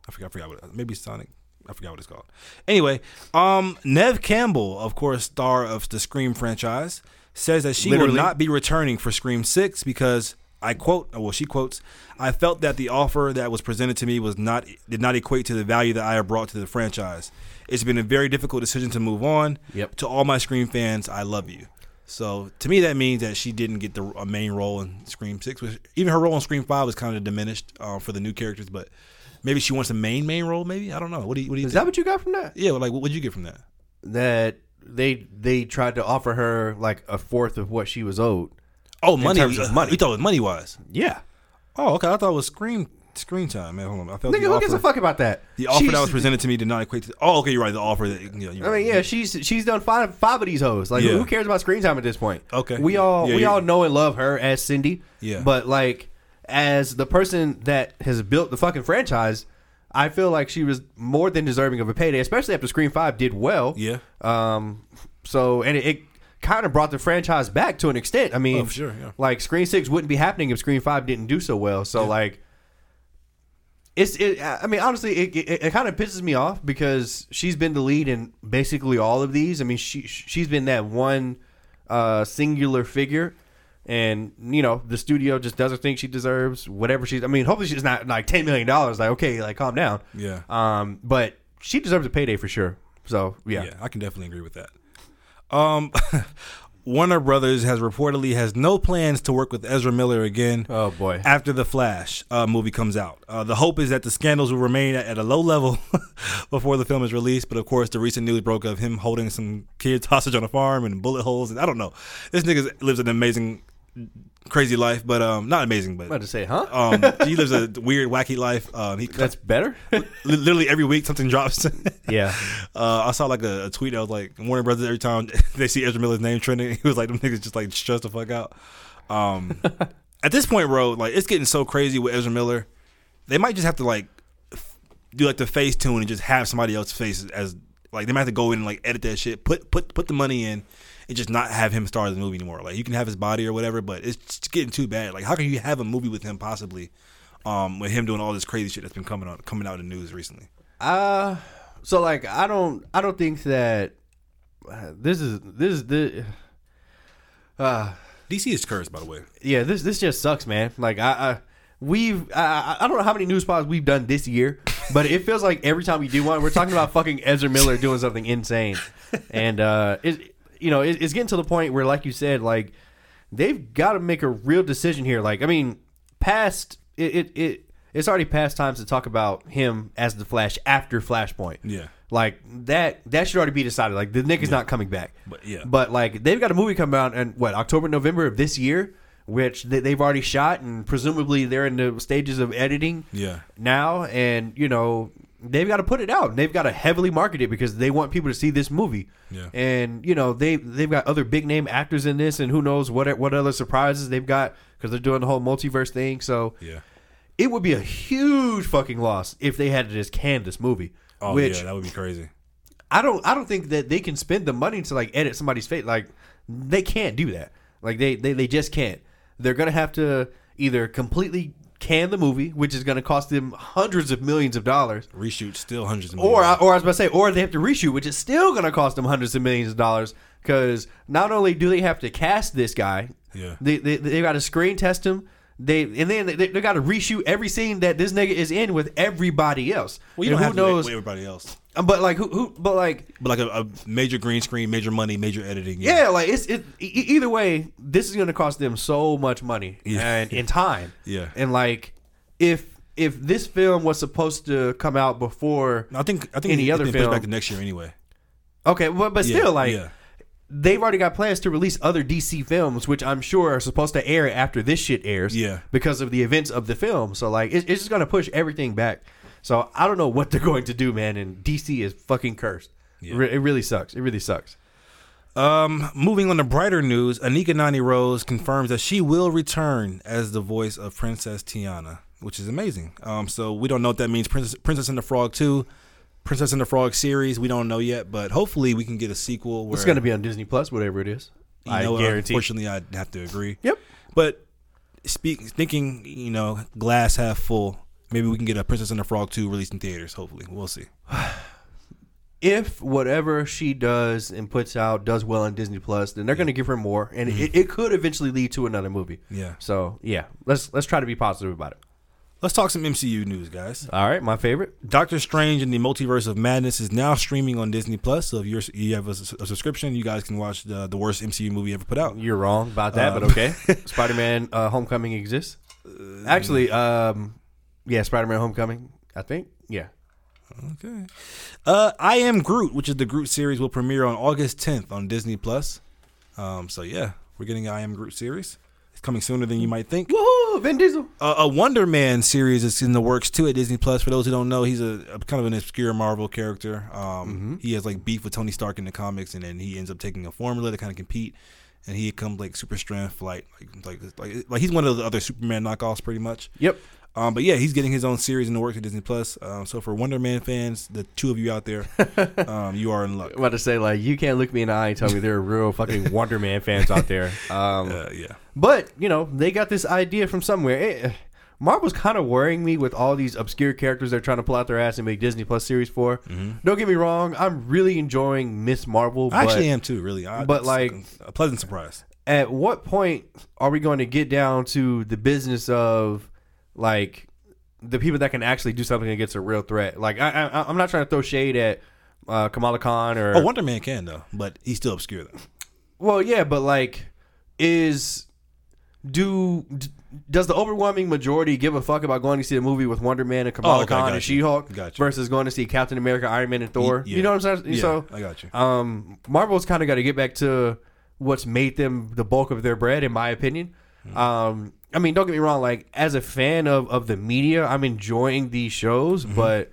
S2: I forgot. I forgot what. Maybe Sonic. I forgot what it's called. Anyway, um, Nev Campbell, of course, star of the Scream franchise, says that she will
S1: Literally.
S2: not be returning for Scream Six because I quote. oh, Well, she quotes. I felt that the offer that was presented to me was not did not equate to the value that I have brought to the franchise. It's been a very difficult decision to move on.
S1: Yep.
S2: To all my Scream fans, I love you. So to me, that means that she didn't get the a main role in Scream Six. Which even her role in Scream Five was kind of diminished uh, for the new characters. But maybe she wants a main main role. Maybe I don't know. What do you What do you
S1: Is
S2: think?
S1: that what you got from that?
S2: yeah, like what would you get from that?
S1: That they they tried to offer her like a fourth of what she was owed.
S2: Oh, money.
S1: terms of money.
S2: We thought it was money wise.
S1: Yeah,
S2: Oh, okay. I thought it was Scream Screen time. Man, hold on. I felt
S1: nigga,
S2: the
S1: who
S2: offer.
S1: gives a fuck about that?
S2: The offer
S1: She's-
S2: that was presented to me did not equate to. Oh, okay. You're right. The offer that. You know,
S1: I mean, yeah, she's she's done five five of these hoes. Like,
S2: Yeah.
S1: who cares about screen time at this point?
S2: Okay.
S1: we all
S2: Yeah,
S1: we
S2: yeah.
S1: all know and love her as Cindy.
S2: Yeah.
S1: but like as the person that has built the fucking franchise, I feel like she was more than deserving of a payday, especially after Screen Five did well.
S2: Yeah.
S1: Um. So and it. it Kind of brought the franchise back to an extent. I mean,
S2: Oh, for sure, yeah.
S1: like Screen Six wouldn't be happening if Screen Five didn't do so well. So like, it's it, I mean honestly it, it, it kind of pisses me off because she's been the lead in basically all of these. I mean she she's been that one uh, singular figure and you know the studio just doesn't think she deserves whatever she's I mean hopefully she's not like 10 million dollars like okay like calm down.
S2: Yeah.
S1: Um but she deserves a payday for sure. So yeah.
S2: Yeah, I can definitely agree with that. Um, Warner Brothers has reportedly has no plans to work with Ezra Miller again.
S1: Oh, boy.
S2: After the Flash uh, movie comes out, uh, the hope is that the scandals will remain at, at a low level before the film is released. But of course, the recent news broke of him holding some kids hostage on a farm and bullet holes. And I don't know, this nigga lives an amazing, crazy life. But um, not amazing,
S1: I'm about
S2: but
S1: to say, huh?
S2: um, he lives a weird, wacky life. Um, he
S1: Oh, That's better?
S2: li- literally every week something drops.
S1: yeah.
S2: Uh, I saw like a, a tweet. I was like, Warner Brothers. Every time they see Ezra Miller's name trending, he was like, "Them niggas just like stress the fuck out." Um, at this point, bro, like it's getting so crazy with Ezra Miller. They might just have to like f- do like the face tune and just have somebody else's face as like they might have to go in and like edit that shit. Put put put the money in and just not have him star in the movie anymore. Like you can have his body or whatever, but it's just getting too bad. Like how can you have a movie with him possibly? Um, with him doing all this crazy shit that's been coming on coming out in the news recently.
S1: Uh so like I don't I don't think that uh, this is this is the uh
S2: DC is cursed, by the way.
S1: yeah, this this just sucks, man. Like I, I we've I, I I don't know how many news pods we've done this year, but it feels like every time we do one, we're talking about fucking Ezra Miller doing something insane, and uh, it you know it, it's getting to the point where, like you said, like they've got to make a real decision here. Like I mean, past it it. it it's already past times to talk about him as the Flash after Flashpoint.
S2: Yeah.
S1: like that that should already be decided. Like the nigga's not coming back.
S2: But, yeah.
S1: But like they've got a movie coming out in what October, November of this year, which they, they've already shot and presumably they're in the stages of editing
S2: Yeah.
S1: now. And you know they've got to put it out. They've got to heavily market it because they want people to see this movie.
S2: Yeah.
S1: And you know they they've got other big name actors in this, and who knows what what other surprises they've got because they're doing the whole multiverse thing. So
S2: Yeah.
S1: it would be a huge fucking loss if they had to just can this movie.
S2: Oh
S1: which
S2: yeah, that would be crazy.
S1: I don't I don't think that they can spend the money to like edit somebody's face. Like they can't do that. Like they they, they just can't. They're gonna have to either completely can the movie, which is gonna cost them hundreds of millions of dollars,
S2: Reshoot still hundreds of
S1: or I,
S2: millions.
S1: or I was about to say, or they have to reshoot, which is still going to cost them hundreds of millions of dollars. Because not only do they have to cast this guy,
S2: Yeah.
S1: they they, they got to screen test him. They and then they, they got to reshoot every scene that this nigga is in with everybody else.
S2: well, you
S1: And
S2: don't
S1: who
S2: have to
S1: knows?
S2: knows? everybody else.
S1: Um, But like who, who but like
S2: But like a, a major green screen, major money, major editing.
S1: yeah, like it's it, e- e- either way, this is going to cost them so much money
S2: Yeah.
S1: and in time.
S2: Yeah.
S1: And like if if this film was supposed to come out before
S2: I think I think
S1: Any
S2: it's
S1: other
S2: been pushed
S1: film.
S2: back to next year anyway.
S1: Okay, but, but
S2: Yeah,
S1: still like
S2: yeah.
S1: They've already got plans to release other DC films, which I'm sure are supposed to air after this shit airs.
S2: Yeah.
S1: Because of the events of the film. So, like, it, it's just going to push everything back. So, I don't know what they're going to do, man. And DC is fucking cursed. Re- it really sucks. It really sucks.
S2: Um, moving on to brighter news, Anika Nani Rose confirms that she will return as the voice of Princess Tiana, which is amazing. Um, so we don't know what that means. Princess, Princess and the Frog two, Princess and the Frog series, we don't know yet, but hopefully we can get a sequel. Where,
S1: It's going to be on Disney Plus, whatever it is.
S2: you
S1: I
S2: know, uh,
S1: guarantee.
S2: Unfortunately, I have to agree.
S1: Yep.
S2: But speak, thinking, you know, glass half full. Maybe we can get a Princess and the Frog two released in theaters. Hopefully, we'll see.
S1: if whatever she does and puts out does well on Disney Plus, then they're going to give her more, and it, it could eventually lead to another movie.
S2: Yeah.
S1: So Mm-hmm. yeah, let's let's try to be positive about it.
S2: Let's talk some MCU news, guys.
S1: All right, my favorite.
S2: Doctor Strange and the Multiverse of Madness is now streaming on Disney Plus. So if you're, you have a, s- a subscription, you guys can watch the, the worst MCU movie ever put out.
S1: You're wrong about that, but okay. Spider Man uh, Homecoming exists. Uh, Actually, um, yeah, Spider Man Homecoming. I think. Yeah.
S2: Okay. Uh, I Am Groot, which is the Groot series, will premiere on August 10th on Disney Plus. Um, so yeah, we're getting an I Am Groot series. It's coming sooner than you might think.
S1: Woohoo! Vin Diesel.
S2: Uh, a Wonder Man series is in the works too at Disney Plus. For those who don't know, he's a, a kind of an obscure Marvel character. Um,
S1: Mm-hmm.
S2: He has like beef with Tony Stark in the comics, and then he ends up taking a formula to kind of compete. And he comes like super strength, like like like like, like he's one of the other Superman knockoffs, pretty much.
S1: Yep.
S2: Um, but yeah, he's getting his own series in the works at Disney Plus. Um, so for Wonder Man fans, the two of you out there, um, you are in luck.
S1: I'm about to say like you can't look me in the eye and tell me there are real fucking Wonder Man fans out there. Um,
S2: Uh, yeah,
S1: But you know, they got this idea from somewhere. It, Marvel's kind of worrying me with all these obscure characters they're trying to pull out their ass and make Disney Plus series for. Don't get me wrong, I'm really enjoying Miss Marvel.
S2: I
S1: but
S2: actually am too. Really, I,
S1: but,
S2: it's
S1: like-
S2: a pleasant surprise.
S1: at what point are we going to get down to the business of like the people that can actually do something against a real threat? Like I, I I'm not trying to throw shade at uh, Kamala Khan or
S2: Oh, Wonder Man can though, but he's still obscure though.
S1: Well, yeah, but like, is do d- does the overwhelming majority give a fuck about going to see a movie with Wonder Man and Kamala
S2: Oh, okay,
S1: Khan
S2: got
S1: and
S2: you.
S1: She Hulk
S2: Got you.
S1: versus going to see Captain America, Iron Man, and Thor?
S2: yeah.
S1: You know what I'm saying?
S2: Yeah,
S1: So,
S2: I got you.
S1: um, Marvel's kind of got to get back to what's made them the bulk of their bread, in my opinion.
S2: Hmm.
S1: Um, I mean, don't get me wrong. Like, as a fan of of the media, I'm enjoying these shows,
S2: Mm-hmm.
S1: but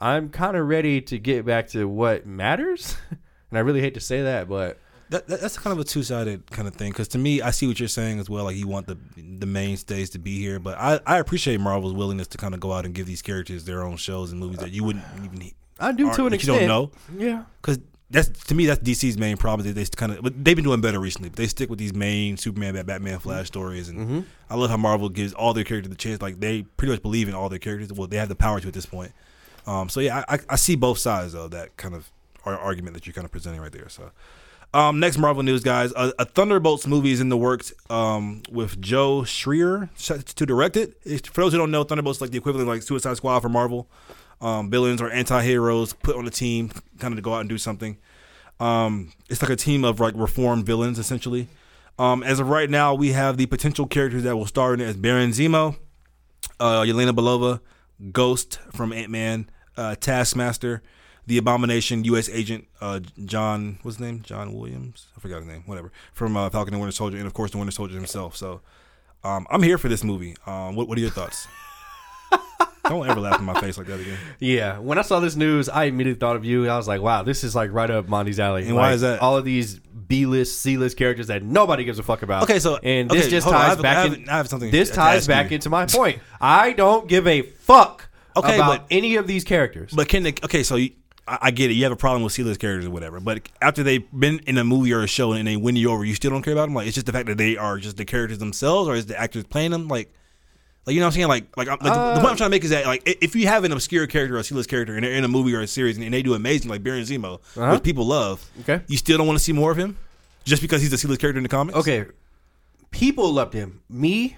S1: I'm kind of ready to get back to what matters. And I really hate to say that, but
S2: That, that, that's kind of a two sided kind of thing because to me, I see what you're saying as well. Like you want the the mainstays to be here, but I, I appreciate Marvel's willingness to kind of go out and give these characters their own shows and movies that you wouldn't even
S1: I do
S2: aren't-
S1: to an
S2: that you
S1: extent.
S2: don't know
S1: Yeah.
S2: because that's to me that's DC's main problem. That they kind of but they've been doing better recently. But they stick with these main Superman, Bat-
S1: Mm-hmm.
S2: Batman, Flash stories, and I love how Marvel gives all their characters the chance. Like they pretty much believe in all their characters. Well, they have the power to at this point. Um, so yeah, I, I, I see both sides of that kind of ar- argument that you're kind of presenting right there. So. Um, next Marvel news, guys. A, a Thunderbolts movie is in the works um, with Joe Schreier to direct it. It's- for those who don't know, Thunderbolts is like the equivalent of like Suicide Squad for Marvel. Um, villains or anti-heroes put on a team, kind of to go out and do something. Um, it's like a team of like reformed villains, essentially. Um, as of right now, we have the potential characters that will star in it as Baron Zemo, uh, Yelena Belova, Ghost from Ant Man, uh, Taskmaster, The Abomination, U.S. Agent uh, John, what's his name? John Williams? I forgot his name. Whatever. From uh, Falcon and Winter Soldier, and of course, the Winter Soldier himself. So um, I'm here for this movie. Um, what, what are your thoughts? Don't ever laugh in my face like that again.
S1: Yeah. When I saw this news, I immediately thought of you. And I was like, wow, this is like right up Monty's alley.
S2: And why
S1: Like,
S2: is that?
S1: All of these B list, C list characters that nobody gives a fuck about.
S2: Okay, so-
S1: and this
S2: okay,
S1: just
S2: hold on, I
S1: ties
S2: have- I
S1: back
S2: have-
S1: in.
S2: I have something
S1: This
S2: to
S1: ties
S2: ask
S1: back
S2: you.
S1: into my point. I don't give a fuck
S2: Okay,
S1: about
S2: but-
S1: any of these characters.
S2: But can they? Okay, so you, I, I get it. You have a problem with C-list characters or whatever. But after they've been in a movie or a show and they win you over, you still don't care about them. Like it's just the fact that they are just the characters themselves, or is the actors playing them? Like, like you know what I'm saying? Like, like, I'm, like the- the,
S1: Uh,
S2: point I'm trying to make is that like i- if you have an obscure character or a C-list character and they're in a movie or a series and, they do amazing, like Baron Zemo, which people love,
S1: Uh-huh. Okay.
S2: you still don't want to see more of him just because he's a C-list character in the comics.
S1: okay. People loved him. Me,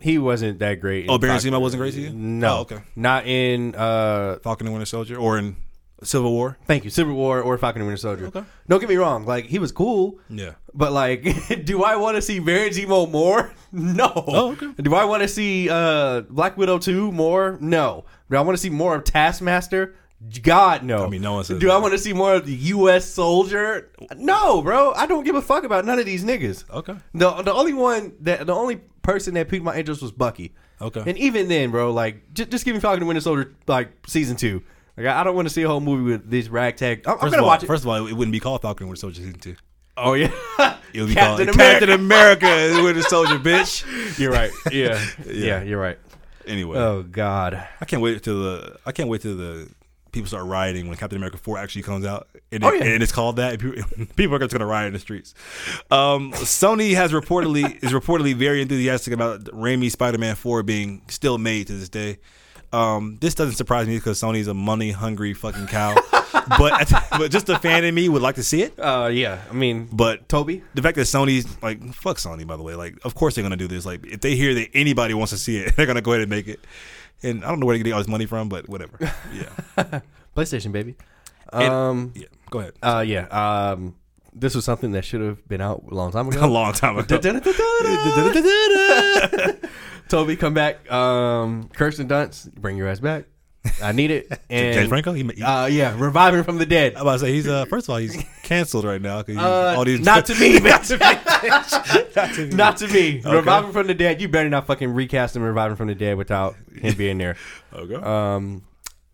S1: he wasn't that great. in
S2: Oh, Baron
S1: Fox-
S2: Zemo wasn't great to you?
S1: No.
S2: Oh, okay.
S1: Not in. uh
S2: Falcon and Winter Soldier or in Civil War.
S1: Thank you, Civil War or Falcon and Winter Soldier.
S2: Okay.
S1: Don't get me wrong, like he was cool,
S2: Yeah.
S1: but like, do I want to see Verangimo more? No.
S2: Oh, okay.
S1: Do I want to see uh, Black Widow two more? No. Do I want to see more of Taskmaster? God no.
S2: I mean, no one says
S1: Do I
S2: that.
S1: want to see more of the U.S. Soldier? No, bro. I don't give a fuck about none of these niggas.
S2: Okay.
S1: The the only one that the only person that piqued my interest was Bucky.
S2: Okay.
S1: And even then, bro, like just, just give me Falcon and Winter Soldier like season two. Like I I don't want to see a whole movie with this ragtag. I'm, I'm
S2: First
S1: gonna
S2: of all,
S1: watch it.
S2: First of all, it wouldn't be called Falcon and Winter Soldier season two.
S1: oh yeah,
S2: It would be
S1: Captain
S2: called
S1: America.
S2: Captain America and Winter Soldier, bitch.
S1: You're right. Yeah. yeah. you're right.
S2: Anyway,
S1: Oh God.
S2: I can't wait till the I can't wait till the people start rioting when Captain America Four actually comes out, and, it-
S1: Oh, yeah.
S2: and it's called that. and People, people are just gonna riot in the streets. Um, Sony has reportedly is reportedly very enthusiastic about Raimi Spider Man Four being still made to this day. Um, this doesn't surprise me because Sony's a money hungry fucking cow, but but just a fan in me would like to see it.
S1: Uh yeah. I mean,
S2: But
S1: Toby.
S2: the fact that Sony's like fuck Sony by the way, like of course they're gonna do this. Like if they hear that anybody wants to see it, they're gonna go ahead and make it. And I don't know where they get all this money from, but whatever. Yeah,
S1: PlayStation baby.
S2: And-
S1: Um.
S2: yeah. Go ahead.
S1: Uh yeah. Um. This was something that should have been out a long time
S2: A
S1: ago.
S2: long time ago.
S1: Toby, come back. Um, Kirsten Dunst, bring your ass back. I need it. And
S2: James Franco. He, he,
S1: Uh, yeah, reviving from the dead.
S2: I'm about to say he's uh, first of all he's canceled right now because
S1: Uh,
S2: all these
S1: not to me, bitch.
S2: not to me.
S1: not to me. Reviving from the dead. You better not fucking recast him reviving from the dead without him being there.
S2: Okay.
S1: Um,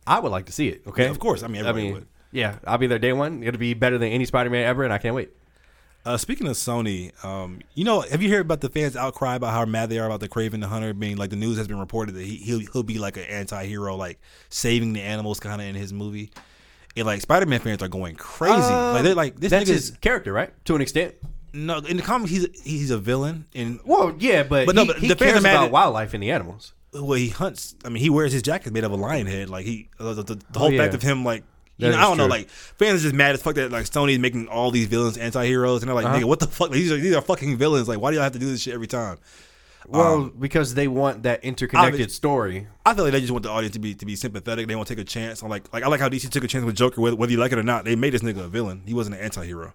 S1: I would like to see it. Okay,
S2: Of course. I mean,
S1: I
S2: everybody
S1: mean,
S2: would.
S1: yeah, I'll be there day one. It'll be better than any Spider-Man ever, and I can't wait.
S2: Uh, speaking of Sony, um, you know, have you heard about the fans' outcry about how mad they are about the Craven the Hunter being like the news has been reported that he he'll, he'll be like an anti-hero, like saving the animals kind of in his movie, and like Spider-Man fans are going crazy.
S1: Um,
S2: like they're like this
S1: That's
S2: nigga
S1: his
S2: is
S1: character, right? To an extent.
S2: no in the comics he's he's a villain and
S1: Well, yeah, but,
S2: But
S1: he,
S2: no, but
S1: he
S2: the fans
S1: cares
S2: are mad
S1: about
S2: at-
S1: wildlife and the animals.
S2: well he hunts. I mean he wears his jacket made of a lion head. Like he uh, the, the, the whole
S1: Oh, yeah.
S2: fact of him like. You
S1: That
S2: know, I
S1: is
S2: don't know,
S1: true.
S2: like fans are just mad as fuck that like Sony's making all these villains anti-heroes and they're like,
S1: Uh-huh.
S2: nigga, what the fuck? Like, these are these are fucking villains. Like, why do y'all have to do this shit every time?
S1: Well, because they want that interconnected
S2: obvious-
S1: story.
S2: I feel like they just want the audience to be to be sympathetic. They want to take a chance on like like I like how DC took a chance with Joker, whether, whether you like it or not. They made this nigga a villain. He wasn't an anti-hero.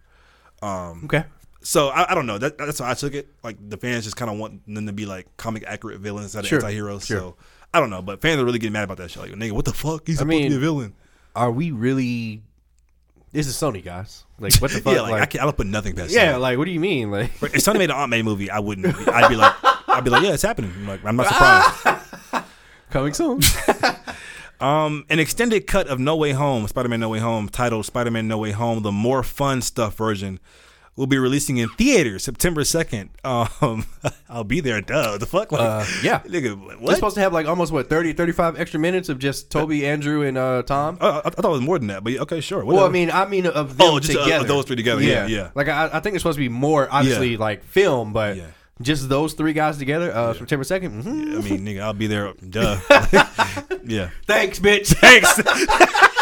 S1: Okay.
S2: So I, I don't know. That, that's how I took it. Like the fans just kind of want them to be like comic accurate villains, not
S1: Sure,
S2: anti-heroes.
S1: sure.
S2: So I don't know, but fans are really getting mad about that shit. Like nigga, what the fuck? He's supposed to
S1: mean,
S2: be a villain.
S1: Are we really? This is Sony, guys. Like, what the fuck?
S2: yeah, like, I
S1: like-
S2: can't. I don't put nothing past.
S1: yeah,
S2: Sony.
S1: like, what do you mean? Like,
S2: if Sony made an Aunt May movie, I wouldn't. Be, I'd be like, I'd be like, yeah, it's happening. I'm like, I'm
S1: Ah!
S2: not surprised.
S1: coming soon.
S2: Um, an extended cut of No Way Home, Spider-Man No Way Home, titled Spider-Man No Way Home, the more fun stuff version, will be releasing in theaters September second. Um, I'll be there. Duh, the fuck, like,
S1: Uh, yeah.
S2: nigga,
S1: It's
S2: what?
S1: supposed to have like almost what 30, 35 extra minutes of just Toby, Andrew, and uh, Tom.
S2: Oh, I, I thought it was more than that, but yeah, okay, sure.
S1: Well,
S2: whatever.
S1: I mean, I mean of them
S2: Oh, just, uh,
S1: together.
S2: those three together, yeah, yeah.
S1: Like I, I think it's supposed to be more obviously
S2: Yeah.
S1: like film, but
S2: Yeah.
S1: just those three guys together. Uh, September 2nd Mm-hmm.
S2: I mean, nigga, I'll be there. Duh. yeah.
S1: Thanks, bitch.
S2: Thanks.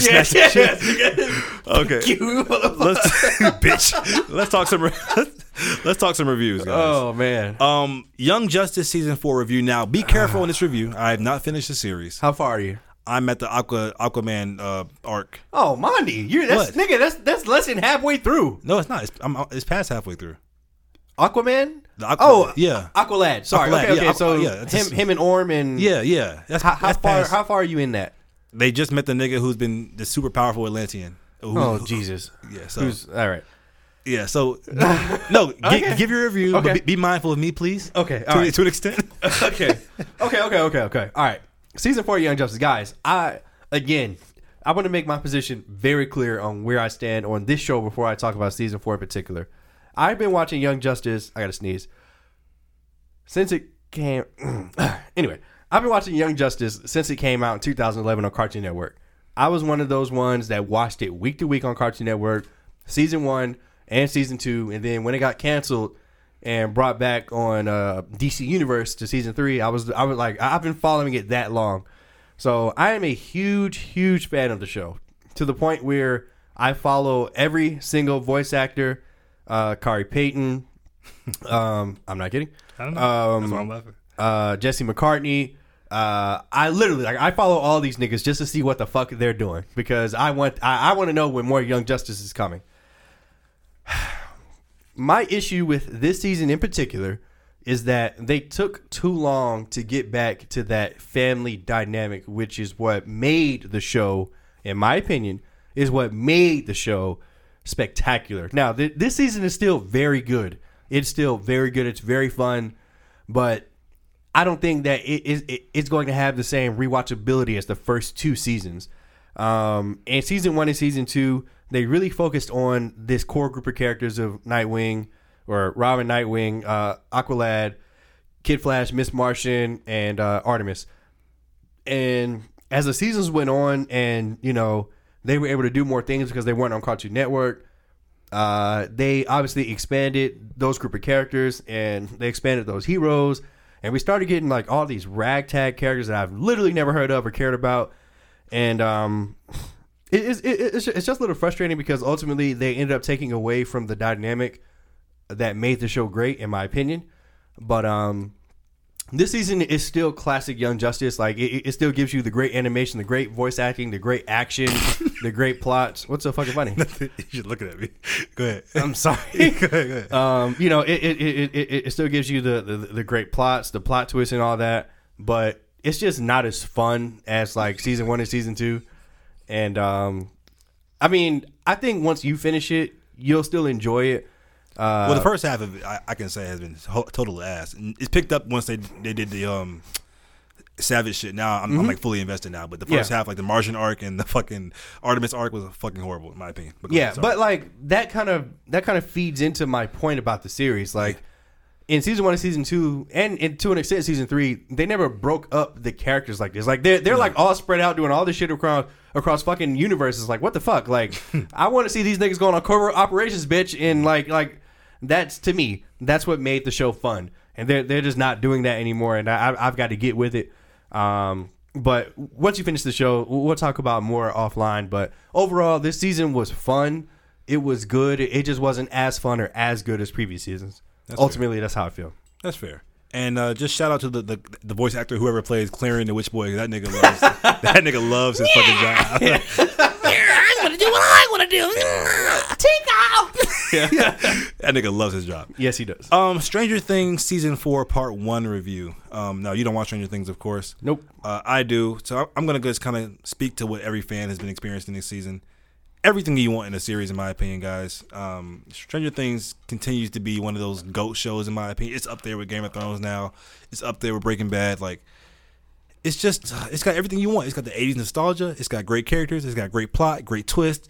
S2: Just
S1: yes,
S2: smash the shit. Okay.
S1: You motherfucker.
S2: Let's bitch. Let's talk some. Re- let's talk some reviews, guys.
S1: Oh man,
S2: Um, Young Justice season four review now. Be
S1: Uh-huh.
S2: careful in this review. I have not finished the series.
S1: how far are you?
S2: I'm at the Aqua Aquaman uh, arc.
S1: Oh, Mondi, you that's
S2: What?
S1: nigga. That's that's less than halfway through.
S2: No, it's not. It's, I'm, it's past halfway through.
S1: Aquaman.
S2: The Aqu-
S1: oh,
S2: yeah.
S1: Aqualad. Sorry.
S2: Aqualad,
S1: Okay, okay.
S2: yeah, Aqu-
S1: so
S2: yeah, that's
S1: him,
S2: just-
S1: him, and Orm, and
S2: Yeah, yeah. That's
S1: How, how
S2: that's
S1: far?
S2: past-
S1: How far are you in that?
S2: they just met the nigga who's been the super powerful Atlantean. Who-
S1: Oh Jesus.
S2: yeah. So
S1: Who's all right?
S2: yeah. So no, gi-
S1: Okay.
S2: give your review, but
S1: Okay.
S2: be, be mindful of me, please.
S1: Okay,
S2: To,
S1: all right.
S2: to an extent.
S1: okay. Okay, okay, okay, okay. All right. Season four of Young Justice. Guys, I again I want to make my position very clear on where I stand on this show before I talk about season four in particular. I've been watching Young Justice. I gotta sneeze. Since it came anyway, I've been watching Young Justice since it came out in 2011 on Cartoon Network. I was one of those ones that watched it week to week on Cartoon Network, season one and season two, and then when it got canceled and brought back on uh, DC Universe to season three, I was I was like I- I've been following it that long, so I am a huge huge fan of the show to the point where I follow every single voice actor, uh, Kari Payton. Um, I'm not kidding
S2: I don't know.
S1: Um,
S2: That's why I'm laughing.
S1: uh, Jesse McCartney, Uh, I literally like I follow all these niggas just to see what the fuck they're doing because I want I, I want to know when more Young Justice is coming. My issue with this season in particular is that they took too long to get back to that family dynamic, which is what made the show, in my opinion, is what made the show spectacular. Now th- this season is still very good. It's still very good. It's very fun, but I don't think that it is it, it's going to have the same rewatchability as the first two seasons. Um, and season one and season two, they really focused on this core group of characters of Nightwing or Robin, Nightwing, uh, Aqualad, Kid Flash, Miss Martian, and uh, Artemis. And as the seasons went on, and you know they were able to do more things because they weren't on Cartoon Network. Uh, they obviously expanded those group of characters and they expanded those heroes. And we started getting like all these ragtag characters that I've literally never heard of or cared about. And um, it, it's- it, it's, it's just a little frustrating because ultimately they ended up taking away from the dynamic that made the show great, in my opinion. But um, this season is still classic Young Justice. Like it- it, it still gives you the great animation, the great voice acting, the great action, the great plots. What's so fucking funny?
S2: you should look at me. Go ahead.
S1: I'm sorry.
S2: go ahead, go ahead.
S1: um, you know, it it, it, it it- it still gives you the, the the great plots, the plot twists, and all that, but it's just not as fun as like season one and season two. And um, I mean, I think once you finish it, you'll still enjoy it. Uh,
S2: well, the first half of it, I, I can say, has been ho- total ass. And It's picked up once they they did the um savage shit. Now I'm, I'm like fully invested now. But the first
S1: Mm-hmm. Yeah.
S2: half, like the Martian arc and the fucking Artemis arc, was fucking horrible in my opinion. go
S1: yeah,
S2: ahead, sorry.
S1: but like that kind of that kind of feeds into my point about the series. Like in season one and season two, and, and to an extent season three, they never broke up the characters like this. Like they're they're like all spread out doing all this shit across across fucking universes. Like what the fuck? Like I want to see these niggas going on covert operations, bitch, and like like that's to me that's what made the show fun. And they're they're just not doing that anymore. And I I- I've got to get with it. Um, but once you finish the show, we'll talk about more offline. But overall, this season was fun. It was good. It just wasn't as fun or as good as previous seasons. Ultimately, that's how I feel.
S2: That's fair. And uh, just shout out to the, the the voice actor whoever plays Clarion the Witch Boy. That nigga loves that nigga loves his fucking job.
S3: I'm gonna do what I wanna do. Take off.
S2: that nigga loves his job.
S1: Yes, he does.
S2: Um, Stranger Things season four part one review. Um, no, you don't watch Stranger Things, of course.
S1: Nope.
S2: Uh, I do. So I- I'm gonna just kind of speak to what every fan has been experiencing this season. Everything you want in a series, in my opinion, guys. Um, Stranger Things continues to be one of those goat shows, in my opinion. It's up there with Game of Thrones now. It's up there with Breaking Bad. Like, it's just uh, it's got everything you want. It's got the '80s nostalgia. It's got great characters. It's got great plot, great twist.